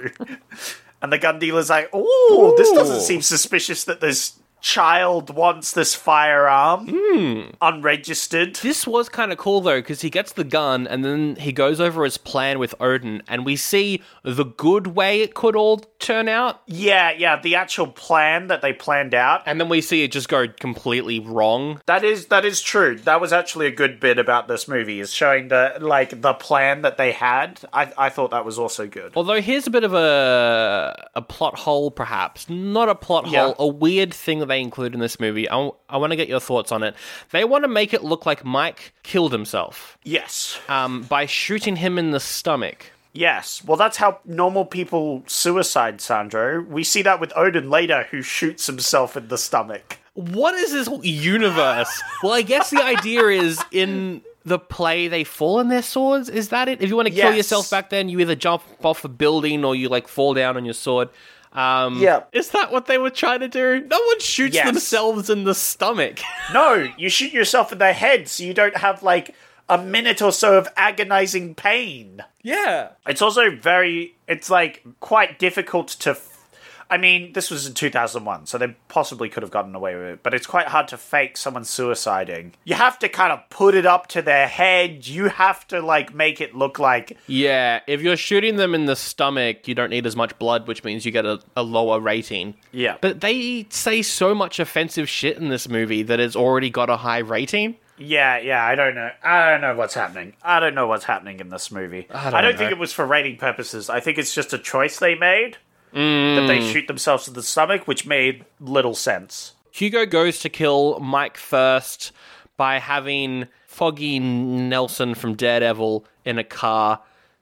Speaker 2: and the gun dealer's like, "Oh, this doesn't
Speaker 1: Ooh.
Speaker 2: seem suspicious that this child wants this firearm unregistered."
Speaker 1: This was kind of cool though, because he gets the gun and then he goes over his plan with Odin, and we see the good way it could all turn out,
Speaker 2: Yeah, yeah, the actual plan that they planned out.
Speaker 1: and then we see it just go completely wrong.
Speaker 2: That is that is true. That was actually a good bit about this movie is showing the like the plan that they had. I I thought that was also good.
Speaker 1: Although here's a bit of a a plot hole, perhaps not a plot
Speaker 2: Yeah.
Speaker 1: hole, a weird thing that they include in this movie. I, want to get your thoughts on it. They want to make it look like Mike killed himself
Speaker 2: Yes.
Speaker 1: um, by shooting him in the stomach.
Speaker 2: Yes. Well, that's how normal people suicide, Sandro. We see that with Odin later who shoots himself in the stomach.
Speaker 1: what is this universe? well, I guess the idea is in the play they fall on their swords. Is that it? If you want to kill
Speaker 2: Yes.
Speaker 1: yourself back then, you either jump off a building or you like fall down on your sword. Um,
Speaker 2: Yeah.
Speaker 1: Is that what they were trying to do? No one shoots
Speaker 2: Yes.
Speaker 1: themselves in the stomach.
Speaker 2: No, you shoot yourself in the head so you don't have like a minute or so of agonizing pain.
Speaker 1: yeah.
Speaker 2: It's also very it's like quite difficult to f- I mean, this was in 2001, so they possibly could have gotten away with it, but it's quite hard to fake someone suiciding. You have to kind of put it up to their head. You have to like make it look like
Speaker 1: Yeah. If you're shooting them in the stomach, you don't need as much blood, which means you get a, a lower rating.
Speaker 2: yeah. But
Speaker 1: But they say so much offensive shit in this movie that it's already got a high rating.
Speaker 2: Yeah, yeah, I don't know. I don't know what's happening. I don't know what's happening in this movie. I
Speaker 1: don't
Speaker 2: don't,
Speaker 1: know.
Speaker 2: think it was for rating purposes. I think it's just a choice they made that they
Speaker 1: Mm.
Speaker 2: shoot themselves in the stomach, which made little sense.
Speaker 1: Hugo goes to kill Mike first by having Foggy Nelson from Daredevil in a car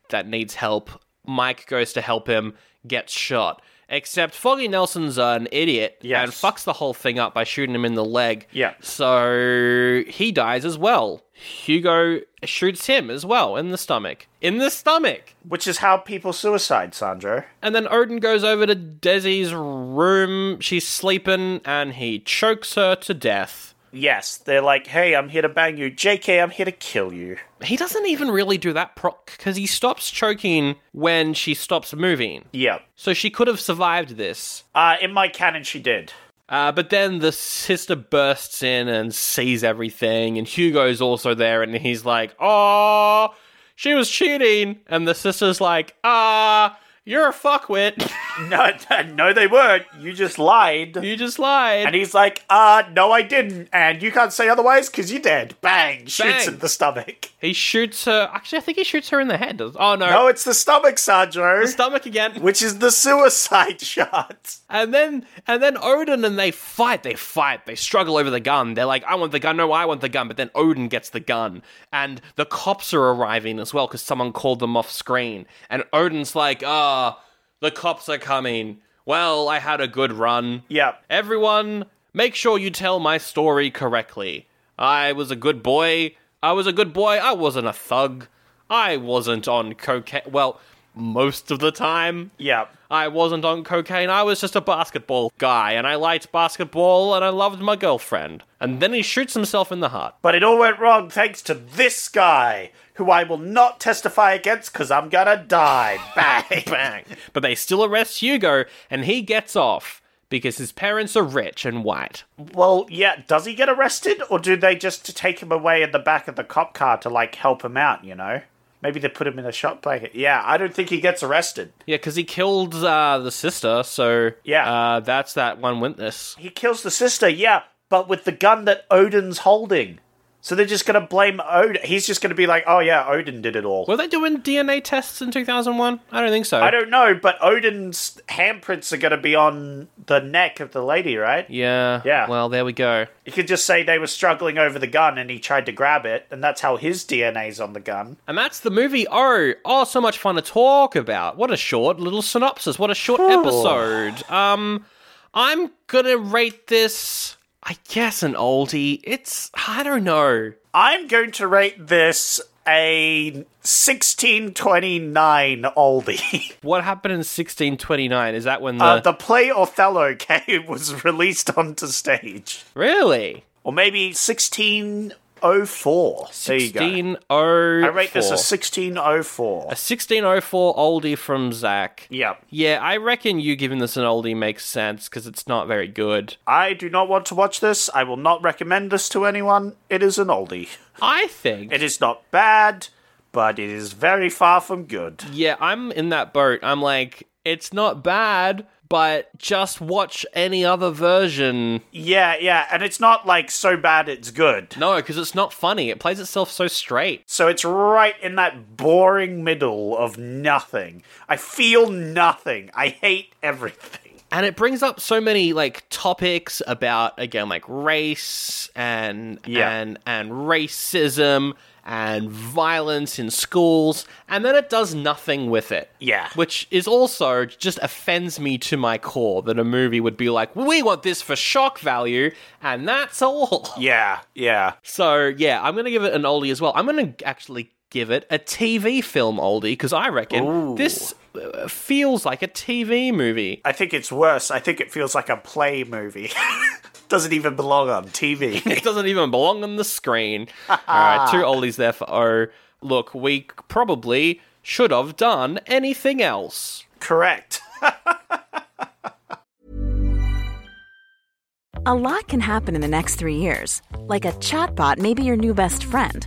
Speaker 1: that needs help. Mike goes to help him, gets shot. Except Foggy Nelson's an idiot
Speaker 2: Yes.
Speaker 1: and fucks the whole thing up by shooting him in the leg.
Speaker 2: Yeah.
Speaker 1: So he dies as well. Hugo shoots him as well in the stomach. In the stomach.
Speaker 2: Which is how people suicide, Sandro.
Speaker 1: And then Odin goes over to Desi's room. She's sleeping and he chokes her to death.
Speaker 2: Yes, they're like, hey, I'm here to bang you. JK, I'm here to kill you.
Speaker 1: He doesn't even really do that pro because he stops choking when she stops moving.
Speaker 2: Yeah.
Speaker 1: So she could have survived this.
Speaker 2: Uh, in my canon, she did.
Speaker 1: Uh, but then the sister bursts in and sees everything, and Hugo's also there, and he's like, "Oh, she was cheating," and the sister's like, "Ah, you're a fuckwit.
Speaker 2: No, no, they weren't. You just lied.
Speaker 1: you just lied."
Speaker 2: And he's like, uh, no, I didn't. And you can't say otherwise because you did. Bang! Shoots
Speaker 1: Bang.
Speaker 2: in the stomach.
Speaker 1: he shoots her. Actually, I think he shoots her in the head. does- Oh no,
Speaker 2: No, it's the stomach, Sandro.
Speaker 1: stomach again.
Speaker 2: which is the suicide shot.
Speaker 1: And then and then Odin and they fight, they fight, they struggle over the gun. They're like, I want the gun, no, I want the gun, but then Odin gets the gun. And the cops are arriving as well, because someone called them off screen. And Odin's like, ah, the cops are coming. Well, I had a good run.
Speaker 2: Yep.
Speaker 1: Everyone, make sure you tell my story correctly. I was a good boy. I was a good boy. I wasn't a thug. I wasn't on cocaine. Well, most of the time.
Speaker 2: Yep.
Speaker 1: I wasn't on cocaine. I was just a basketball guy, and I liked basketball, and I loved my girlfriend. And then he shoots himself in the heart.
Speaker 2: But it all went wrong thanks to this guy, who I will not testify against because I'm gonna die. Bang.
Speaker 1: Bang! But they still arrest Hugo, and he gets off because his parents are rich and white.
Speaker 2: Well, yeah, does he get arrested or do they just take him away in the back of the cop car to like help him out, you know? Maybe they put him in a shot blanket. Yeah, I don't think he gets arrested.
Speaker 1: Yeah, because he killed uh, the sister, so
Speaker 2: Yeah.
Speaker 1: uh, that's that one witness.
Speaker 2: He kills the sister, yeah, but with the gun that Odin's holding. So they're just gonna blame Odin. He's just gonna be like, oh yeah, Odin did it all.
Speaker 1: Were they doing DNA tests in 2001? I don't think so.
Speaker 2: I don't know, but Odin's handprints are going to be on the neck of the lady, right?
Speaker 1: Yeah.
Speaker 2: Yeah.
Speaker 1: Well, there we go.
Speaker 2: You could just say they were struggling over the gun and he tried to grab it, and that's how his DNA's on the gun.
Speaker 1: And that's the movie. Oh, oh, so much fun to talk about. What a short little synopsis. What a short episode. Um, I'm gonna rate this. I guess an oldie. It's I don't know.
Speaker 2: I'm going to rate this a 1629 oldie.
Speaker 1: What happened in 1629? Is that when the,
Speaker 2: Uh, the play Othello came, was released onto stage.
Speaker 1: really
Speaker 2: Or maybe 1604. There you go.
Speaker 1: 1604?
Speaker 2: I rate this a 1604.
Speaker 1: 1604 oldie from Zach.
Speaker 2: Yep.
Speaker 1: Yeah, I reckon you giving this an oldie makes sense because it's not very good.
Speaker 2: I do not want to watch this. I will not recommend this to anyone. It is an oldie.
Speaker 1: I think
Speaker 2: It is not bad, but it is very far from good.
Speaker 1: Yeah, I'm in that boat. I'm like, it's not bad, but just watch any other version.
Speaker 2: Yeah, yeah, and it's not like so bad it's good.
Speaker 1: No, because it's not funny. It plays itself so straight.
Speaker 2: So it's right in that boring middle of nothing. I feel nothing. I hate everything.
Speaker 1: And it brings up so many like topics about again like race and
Speaker 2: Yeah.
Speaker 1: and and racism and violence in schools and then it does nothing with it.
Speaker 2: Yeah.
Speaker 1: Which is also just offends me to my core that a movie would be like, "We want this for shock value and that's all."
Speaker 2: Yeah, yeah.
Speaker 1: So yeah, I'm gonna give it an oldie as well. I'm gonna actually give it a TV film oldie because I reckon this uh, feels like a TV movie.
Speaker 2: I think it's worse. I think it feels like a play movie. Doesn't even belong on TV.
Speaker 1: It doesn't even belong on the screen. All right, two oldies there for O. Look, we probably should have done anything else.
Speaker 2: Correct.
Speaker 6: A lot can happen in the next three years. Like a chatbot may be your new best friend.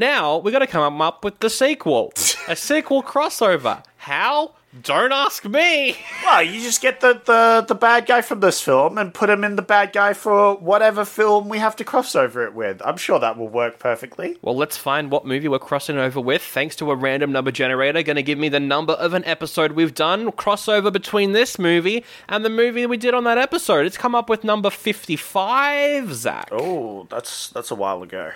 Speaker 1: Now we got to come up with the sequel, a sequel crossover. How? Don't ask me.
Speaker 2: Well, you just get the, the, the bad guy from this film and put him in the bad guy for whatever film we have to cross over it with. I'm sure that will work perfectly.
Speaker 1: Well, let's find what movie we're crossing over with. Thanks to a random number generator, going to give me the number of an episode we've done. Crossover between this movie and the movie we did on that episode. It's come up with number 55, Zach.
Speaker 2: Oh, that's that's a while ago.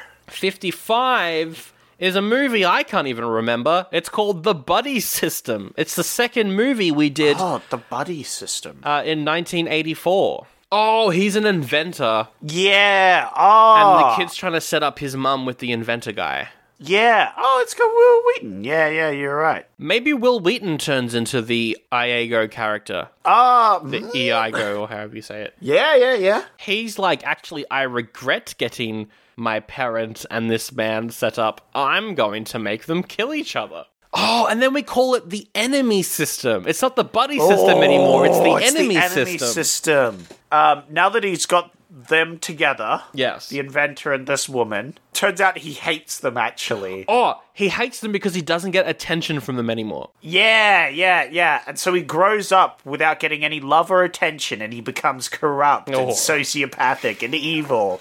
Speaker 1: 55 is a movie I can't even remember. It's called The Buddy System. It's the second movie we did
Speaker 2: Oh, the buddy system.
Speaker 1: uh, in 1984. Oh, he's an inventor.
Speaker 2: yeah.
Speaker 1: And
Speaker 2: Oh,
Speaker 1: the kid's trying to set up his mum with the inventor guy.
Speaker 2: yeah. Oh, it's got Will Wheaton. Yeah, yeah. You're right.
Speaker 1: Maybe Will Wheaton turns into the Iago character.
Speaker 2: Oh,
Speaker 1: The Iago, or however you say it.
Speaker 2: yeah, yeah, yeah.
Speaker 1: He's like, actually, I regret getting my parents and this man set up. I'm going to make them kill each other. Oh, and then we call it the enemy system. It's not the buddy system anymore. It's the,
Speaker 2: Oh, it's
Speaker 1: enemy,
Speaker 2: the enemy
Speaker 1: system.
Speaker 2: system. Um, now that he's got them together,
Speaker 1: Yes.
Speaker 2: the inventor and this woman. Turns out he hates them actually.
Speaker 1: oh, he hates them because he doesn't get attention from them anymore.
Speaker 2: Yeah, yeah, yeah. And so he grows up without getting any love or attention, and he becomes corrupt and
Speaker 1: Oh.
Speaker 2: sociopathic and evil.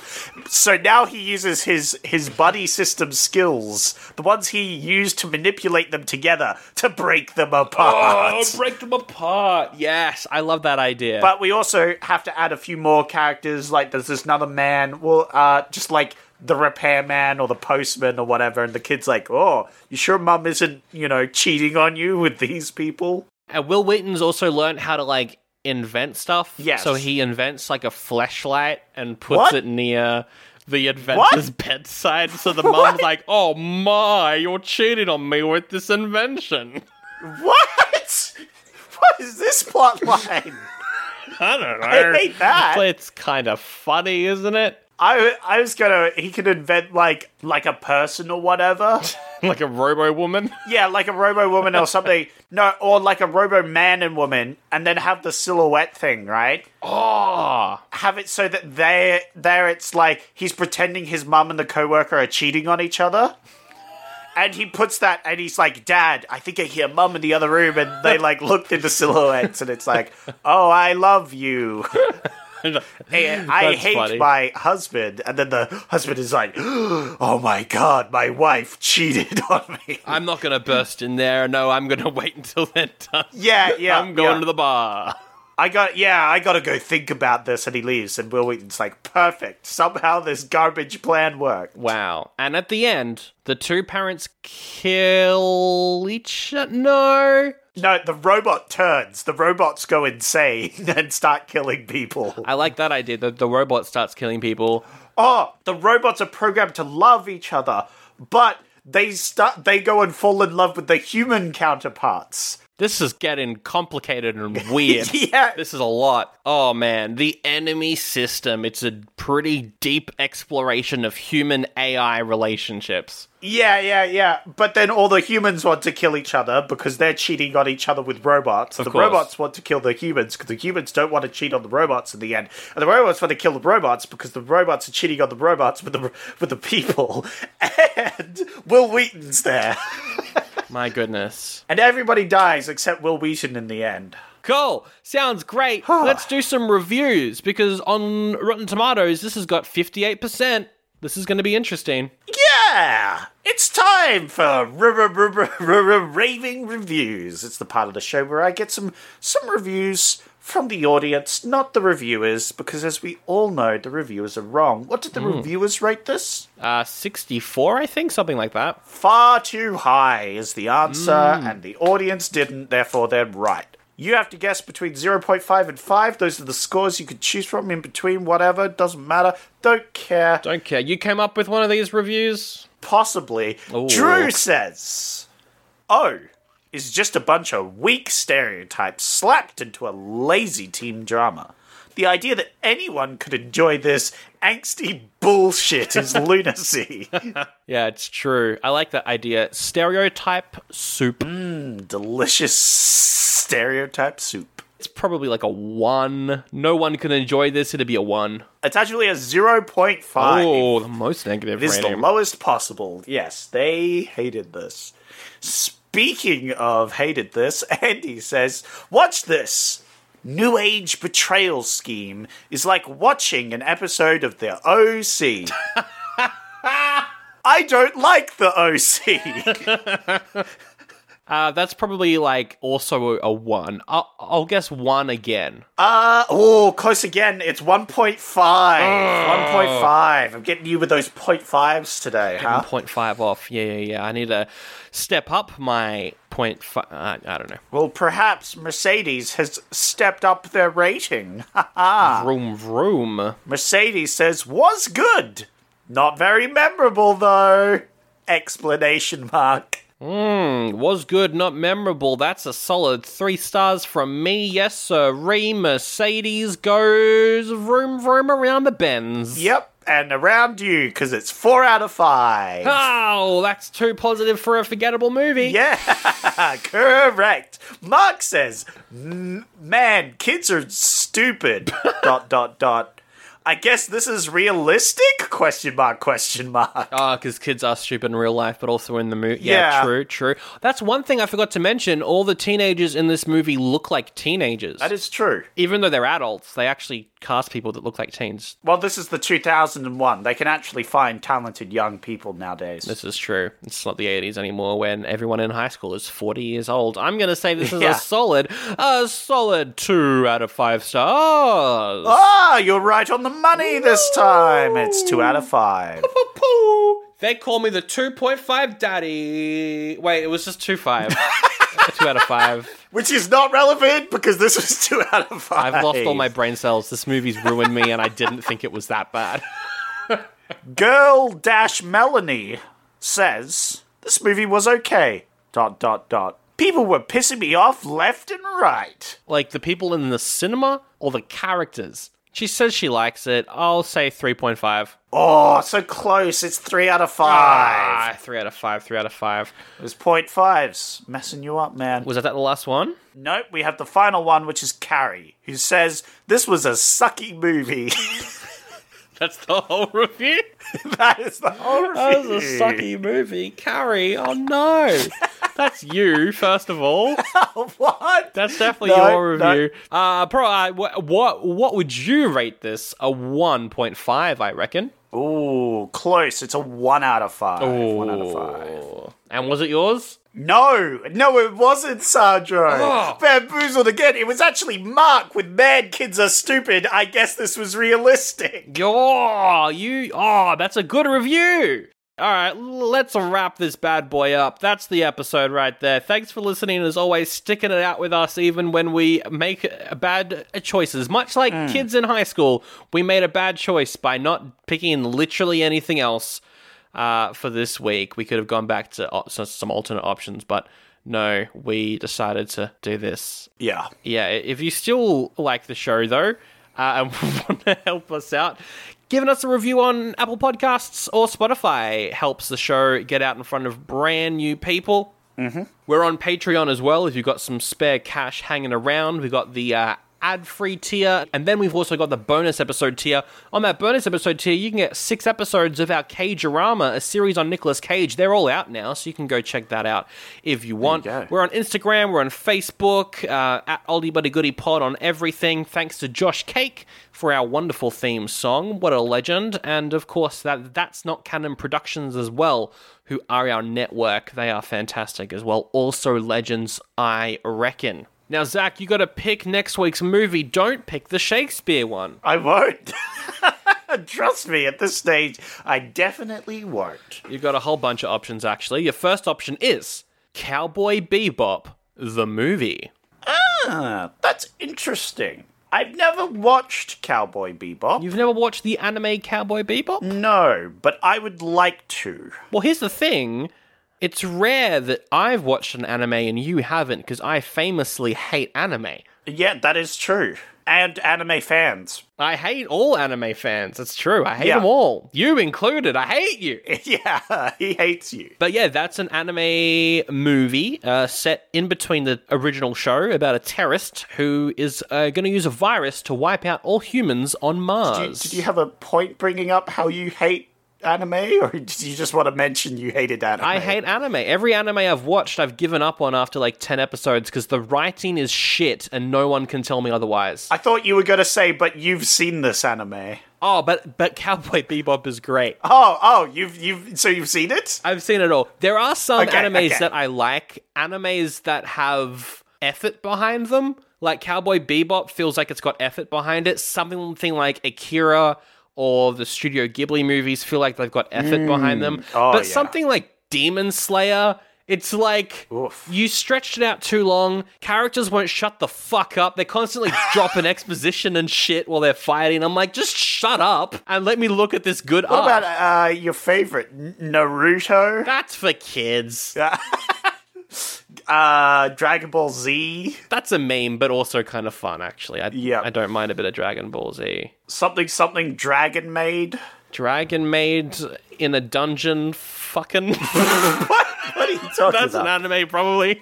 Speaker 2: So now he uses his his buddy system skills, the ones he used to manipulate them together, to break them apart.
Speaker 1: Oh, break them apart. Yes, I love that idea.
Speaker 2: But we also have to add a few more characters. Like there's this another man. Well, uh, just like the repairman or the postman or whatever. And the kid's like, "Oh, you sure mum isn't you know cheating on you with these people?"
Speaker 1: And Will Wheaton's also learned how to like invent stuff.
Speaker 2: Yes.
Speaker 1: So he invents like a flashlight and puts
Speaker 2: What?
Speaker 1: it near the inventor's bedside. So the mum's like, "Oh my, you're cheating on me with this invention."
Speaker 2: What? What is this plot line?
Speaker 1: I don't know.
Speaker 2: I hate that.
Speaker 1: It's kind of funny, isn't it?
Speaker 2: I I was gonna he could invent like like a person or whatever.
Speaker 1: Like a Robo Woman.
Speaker 2: Yeah, like a robo woman or something. No, or like a robo man and woman, and then have the silhouette thing, right?
Speaker 1: Oh,
Speaker 2: Have it so that they there it's like he's pretending his mum and the coworker are cheating on each other. And he puts that and he's like, Dad, I think I hear mum in the other room and they like look through the silhouettes and it's like, Oh, I love you. And I
Speaker 1: That's
Speaker 2: hate
Speaker 1: funny.
Speaker 2: my husband. And then the husband is like, oh my God, my wife cheated on me.
Speaker 1: I'm not gonna burst in there. No, I'm gonna wait until they're done.
Speaker 2: yeah, yeah.
Speaker 1: I'm going
Speaker 2: yeah.
Speaker 1: to the bar.
Speaker 2: I got, yeah, I gotta go think about this. And he leaves. And Will Wheaton's like, perfect. Somehow this garbage plan worked.
Speaker 1: Wow. And at the end, the two parents kill each other. No.
Speaker 2: No, the robot turns. The robots go insane and start killing people.
Speaker 1: I like that idea that the robot starts killing people.
Speaker 2: Oh, the robots are programmed to love each other, but they start, they go and fall in love with the human counterparts.
Speaker 1: This is getting complicated and weird.
Speaker 2: Yeah.
Speaker 1: This is a lot. Oh man, the enemy system. It's a pretty deep exploration of human AI relationships.
Speaker 2: Yeah, yeah, yeah. But then all the humans want to kill each other because they're cheating on each other with robots.
Speaker 1: Of
Speaker 2: the
Speaker 1: course.
Speaker 2: robots want to kill the humans because the humans don't want to cheat on the robots in the end, and the robots want to kill the robots because the robots are cheating on the robots with the with the people. And Will Wheaton's there,
Speaker 1: My goodness.
Speaker 2: and everybody dies except Will Wheaton in the end.
Speaker 1: Cool. Sounds great. Let's do some reviews because on Rotten Tomatoes, this has got 58%. This is going to be interesting.
Speaker 2: Yeah, it's time for r- r- r- r- r- r- raving reviews. It's the part of the show where I get some some reviews from the audience, not the reviewers, because as we all know, the reviewers are wrong. What did the reviewers rate this?
Speaker 1: Uh, 64, I think, something like that.
Speaker 2: Far too high is the answer, and the audience didn't. Therefore, they're right. You have to guess between 0.5 and 5. Those are the scores you could choose from in between, whatever. Doesn't matter. Don't care.
Speaker 1: Don't care. You came up with one of these reviews?
Speaker 2: possibly. Drew says, "Oh, is just a bunch of weak stereotypes slapped into a lazy team drama. The idea that anyone could enjoy this angsty bullshit is lunacy.
Speaker 1: Yeah, it's true. I like that idea. Stereotype soup. Mm,
Speaker 2: Delicious stereotype soup.
Speaker 1: It's probably like a one. No one can enjoy this. It'd be a one.
Speaker 2: It's actually a 0.5.
Speaker 1: Oh, the most negative
Speaker 2: It is the
Speaker 1: rating.
Speaker 2: lowest possible. Yes, they hated this. Speaking of hated this, Andy says, "Watch this." New Age betrayal scheme is like watching an episode of The OC. I don't like The OC.
Speaker 1: Uh, that's probably like also a, a one. I'll, I'll guess one again.
Speaker 2: Uh, oh, close again. It's 1.5. 1.5. I'm getting you with those 0.5s today, huh?
Speaker 1: Point five off. Yeah, yeah, yeah. I need to step up my point five. Uh, I don't know.
Speaker 2: Well, perhaps Mercedes has stepped up their rating.
Speaker 1: Vroom vroom.
Speaker 2: Mercedes says, was good. Not very memorable, though. Explanation mark.
Speaker 1: Mm, was good, not memorable. That's a solid three stars from me. Yes, sir. Re Mercedes goes vroom vroom around the bends.
Speaker 2: Yep, and around you, because it's four out of five.
Speaker 1: Oh, that's too positive for a forgettable movie.
Speaker 2: Yeah, correct. Mark says, "M- "Man, kids are stupid." dot dot dot. I guess this is realistic? Question mark. Question mark.
Speaker 1: Ah, because kids are stupid in real life, but also in the movie. Yeah,
Speaker 2: Yeah.
Speaker 1: true, true. That's one thing I forgot to mention. All the teenagers in this movie look like teenagers.
Speaker 2: That is true.
Speaker 1: Even though they're adults, they actually cast people that look like teens.
Speaker 2: Well, this is the 2001. They can actually find talented young people nowadays.
Speaker 1: This is true. It's not the 80s anymore when everyone in high school is 40 years old. I'm going to say this is
Speaker 2: Yeah.
Speaker 1: a solid, a solid two out of five stars.
Speaker 2: ah, you're right on the money this time. It's two out of five.
Speaker 1: Poo-poo. They call me the 2.5 daddy. Wait, it was just 2.5. 2 out of 5.
Speaker 2: Which is not relevant because this was two out of 5
Speaker 1: I've lost all my brain cells. This movie's ruined me, and I didn't think it was that bad.
Speaker 2: Girl Dash Melanie says this movie was okay. Dot dot dot. People were pissing me off left and right.
Speaker 1: Like, the people in the cinema or the characters? She says she likes it. I'll say 3.5.
Speaker 2: Oh, so close. It's three out of five.
Speaker 1: Ah, 3 out of 5, 3 out of 5.
Speaker 2: It was point fives. Messing you up, man.
Speaker 1: Was that the last one?
Speaker 2: Nope, we have the final one, which is Carrie, who says this was a sucky movie.
Speaker 1: That's the whole review?
Speaker 2: that is the whole review.
Speaker 1: That was a sucky movie. Carrie, oh no. That's you, first of all.
Speaker 2: What?
Speaker 1: That's definitely
Speaker 2: No,
Speaker 1: your
Speaker 2: no.
Speaker 1: review. Uh, bro, uh, wh- what what would you rate this? A one point five, I reckon.
Speaker 2: Ooh, close. It's a one out of five. One out of five.
Speaker 1: Ooh. And was it yours?
Speaker 2: No, no, it wasn't Sandro.
Speaker 1: Oh.
Speaker 2: Bamboozled again. It was actually Mark with Mad Kids Are Stupid. I guess this was realistic.
Speaker 1: Yeah, you. Oh, that's a good review. All right, let's wrap this bad boy up. That's the episode right there. Thanks for listening, as always, sticking it out with us, even when we make uh, bad choices. Much like kids in high school, we made a bad choice by not picking literally anything else uh, for this week. We could have gone back to op- so- some alternate options, but no, we decided to do this.
Speaker 2: Yeah.
Speaker 1: Yeah, if you still like the show though, uh, and want to help us out, giving us a review on Apple Podcasts or Spotify helps the show get out in front of brand new people. We're on Patreon as well. If you've got some spare cash hanging around, we've got the uh, ad free tier, and then we've also got the bonus episode tier. On that bonus episode tier, you can get six episodes of our Cagerama, a series on Nicolas Cage. They're all out now, so you can go check that out if you want. we're on Instagram, we're on Facebook, uh, at Oldie Buddy Goody Pod on everything. Thanks to Josh Cake for our wonderful theme song. What a legend! And of course, that that's not Canon Productions as well who are our network. They are fantastic as well. Also legends, I reckon. Now, Zach, you got to pick next week's movie. Don't pick the Shakespeare one.
Speaker 2: I won't. Trust me, at this stage, I definitely won't.
Speaker 1: You've got a whole bunch of options, actually. Your first option is Cowboy Bebop, the movie.
Speaker 2: Ah, that's interesting. I've never watched Cowboy Bebop.
Speaker 1: You've never watched the anime Cowboy Bebop?
Speaker 2: No, but I would like to.
Speaker 1: Well, here's the thing. It's rare that I've watched an anime and you haven't, because I famously hate anime.
Speaker 2: Yeah, that is true. And anime fans.
Speaker 1: I hate all anime fans. It's true. I hate
Speaker 2: Yeah.
Speaker 1: them all. You included. I hate you.
Speaker 2: yeah, he hates you.
Speaker 1: But yeah, that's an anime movie uh, set in between the original show about a terrorist who is uh, going to use a virus to wipe out all humans on
Speaker 2: Did you,
Speaker 1: Mars.
Speaker 2: did you have a point bringing up how you hate anime, or did you just want to mention you hated anime?
Speaker 1: I hate anime. Every anime I've watched, I've given up on after like 10 episodes because the writing is shit and no one can tell me otherwise.
Speaker 2: I thought you were gonna say, but you've seen this anime.
Speaker 1: Oh, but but Cowboy Bebop is great.
Speaker 2: Oh, oh, you've you've so you've seen it?
Speaker 1: I've seen it all. There are some
Speaker 2: Okay,
Speaker 1: animes
Speaker 2: okay.
Speaker 1: that I like, animes that have effort behind them. Like Cowboy Bebop feels like it's got effort behind it. Something like Akira or the Studio Ghibli movies feel like they've got effort behind them. but
Speaker 2: Hmm. Oh, yeah.
Speaker 1: something like Demon Slayer, it's like you stretched it out too long. Characters won't shut the fuck up. They're constantly dropping exposition and shit while they're fighting. I'm like, just shut up and let me look at this good
Speaker 2: What
Speaker 1: art.
Speaker 2: about uh, your favorite N- Naruto?
Speaker 1: That's for kids.
Speaker 2: Uh, Dragon Ball Z,
Speaker 1: That's a meme, but also kind of fun, actually. I,
Speaker 2: Yeah.
Speaker 1: I don't mind a bit of Dragon Ball Z.
Speaker 2: something something Dragon Maid.
Speaker 1: Dragon Maid in a dungeon, fucking.
Speaker 2: What are you talking
Speaker 1: That's an
Speaker 2: about?
Speaker 1: anime, probably.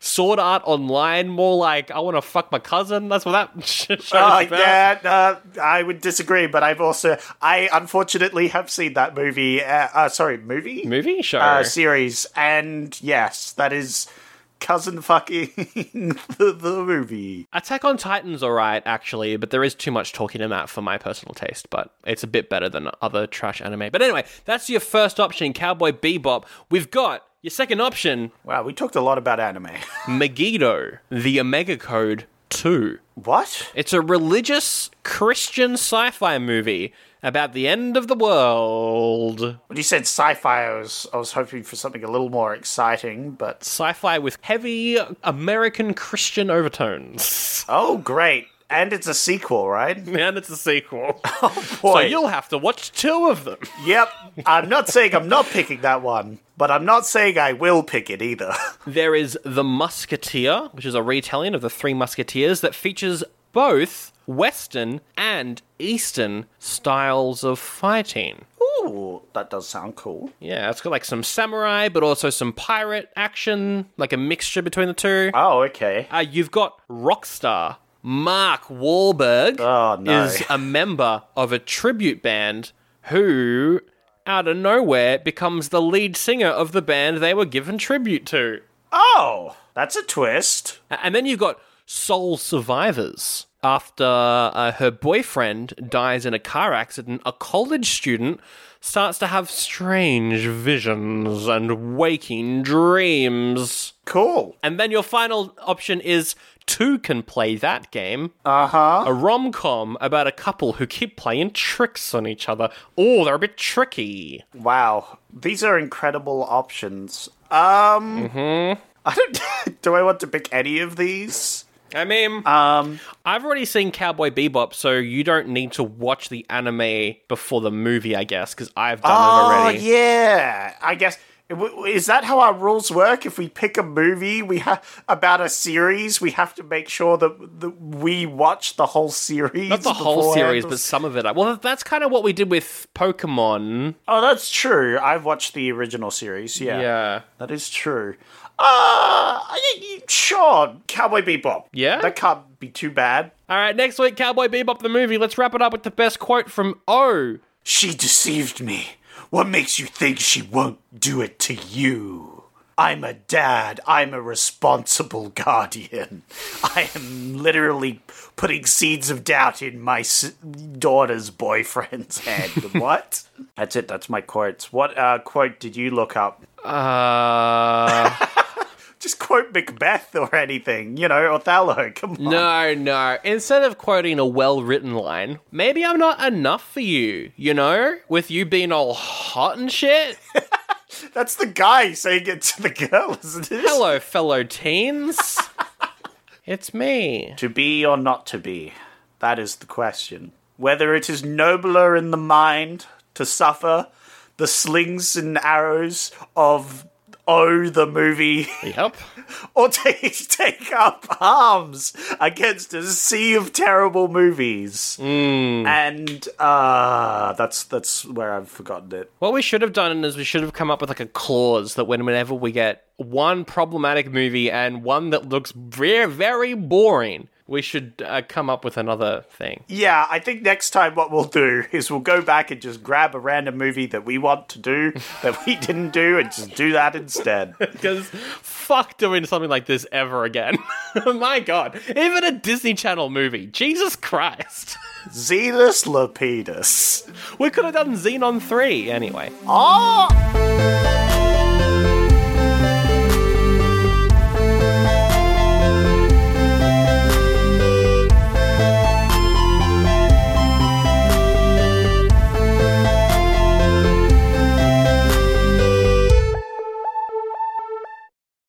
Speaker 1: Sword Art Online, more like I want to fuck my cousin. That's what that show is
Speaker 2: Uh,
Speaker 1: about.
Speaker 2: yeah, uh, I would disagree, but I've also I unfortunately have seen that movie. Uh, uh sorry, movie,
Speaker 1: Movie show.
Speaker 2: uh, series, and yes, that is cousin fucking the, the movie.
Speaker 1: Attack on Titan's alright, actually, but there is too much talking in that for my personal taste, but it's a bit better than other trash anime. But anyway, that's your first option, Cowboy Bebop. We've got your second option,
Speaker 2: Wow, we talked a lot about anime.
Speaker 1: Megiddo, the Omega Code 2.
Speaker 2: what?
Speaker 1: It's a religious Christian sci fi movie about the end of the world.
Speaker 2: When you said sci-fi, I was I was hoping for something a little more exciting, but
Speaker 1: Sci fi with heavy American Christian overtones.
Speaker 2: oh, great! And it's a sequel, right?
Speaker 1: And it's a sequel. so
Speaker 2: Boy.
Speaker 1: you'll have to watch two of them.
Speaker 2: Yep. I'm not saying I'm not picking that one, but I'm not saying I will pick it either.
Speaker 1: There is The Musketeer, which is a retelling of The Three Musketeers that features both Western and Eastern styles of fighting.
Speaker 2: Ooh, that does sound cool.
Speaker 1: Yeah, it's got like some samurai, but also some pirate action, like a mixture between the two.
Speaker 2: Oh, okay.
Speaker 1: Uh, you've got Rockstar. Mark Wahlberg
Speaker 2: Oh, no.
Speaker 1: is a member of a tribute band who, out of nowhere, becomes the lead singer of the band they were given tribute to.
Speaker 2: Oh, that's a twist.
Speaker 1: And then you've got Soul Survivors. After uh, her boyfriend dies in a car accident, a college student starts to have strange visions and waking dreams.
Speaker 2: Cool.
Speaker 1: And then your final option is two can play that game. Uh
Speaker 2: Uh-huh.
Speaker 1: huh. A rom com about a couple who keep playing tricks on each other. Oh, they're a bit tricky.
Speaker 2: Wow. These are incredible options. Um
Speaker 1: Mm-hmm.
Speaker 2: I don't do I want to pick any of these?
Speaker 1: I mean,
Speaker 2: Um
Speaker 1: I've already seen Cowboy Bebop, so you don't need to watch the anime before the movie, I guess, because I've done it
Speaker 2: Oh
Speaker 1: already.
Speaker 2: yeah. I guess w- w- is that how our rules work? If we pick a movie we ha- about a series, we have to make sure that, that we watch the whole series.
Speaker 1: Not the whole series, but
Speaker 2: beforehand?
Speaker 1: some of it. Well, that's kind of what we did with Pokemon.
Speaker 2: oh, that's true. I've watched the original series. Yeah,
Speaker 1: Yeah.
Speaker 2: that is true. Uh, I- y- sure, Cowboy Bebop.
Speaker 1: Yeah?
Speaker 2: that can't be too bad.
Speaker 1: All right, next week, Cowboy Bebop the movie. Let's wrap it up with the best quote from O.
Speaker 2: She deceived me. What makes you think she won't do it to you? I'm a dad. I'm a responsible guardian. I am literally putting seeds of doubt in my s- daughter's boyfriend's head. what? That's it. That's my quotes. What uh, quote did you look up?
Speaker 1: Uh.
Speaker 2: Just quote Macbeth or anything, you know, Othello. Come on.
Speaker 1: No, no. Instead of quoting a well written line, maybe I'm not enough for you, you know? With you being all hot and shit?
Speaker 2: That's the guy saying it to the girl, isn't it?
Speaker 1: Hello, fellow teens. it's me.
Speaker 2: To be or not to be, that is the question. Whether it is nobler in the mind to suffer the slings and arrows of Oh the movie,
Speaker 1: Yep.
Speaker 2: or take, take up arms against a sea of terrible movies. And uh, that's that's where I've forgotten it.
Speaker 1: What we should have done is we should have come up with like a clause that when whenever we get one problematic movie and one that looks very, very boring, we should uh, come up with another thing.
Speaker 2: Yeah, I think next time what we'll do is we'll go back and just grab a random movie that we want to do that we didn't do and just do that instead.
Speaker 1: Because fuck doing something like this ever again. My god. Even a Disney Channel movie. Jesus Christ.
Speaker 2: Zealous Lapidus.
Speaker 1: We could have done Xenon 3 anyway.
Speaker 2: Oh!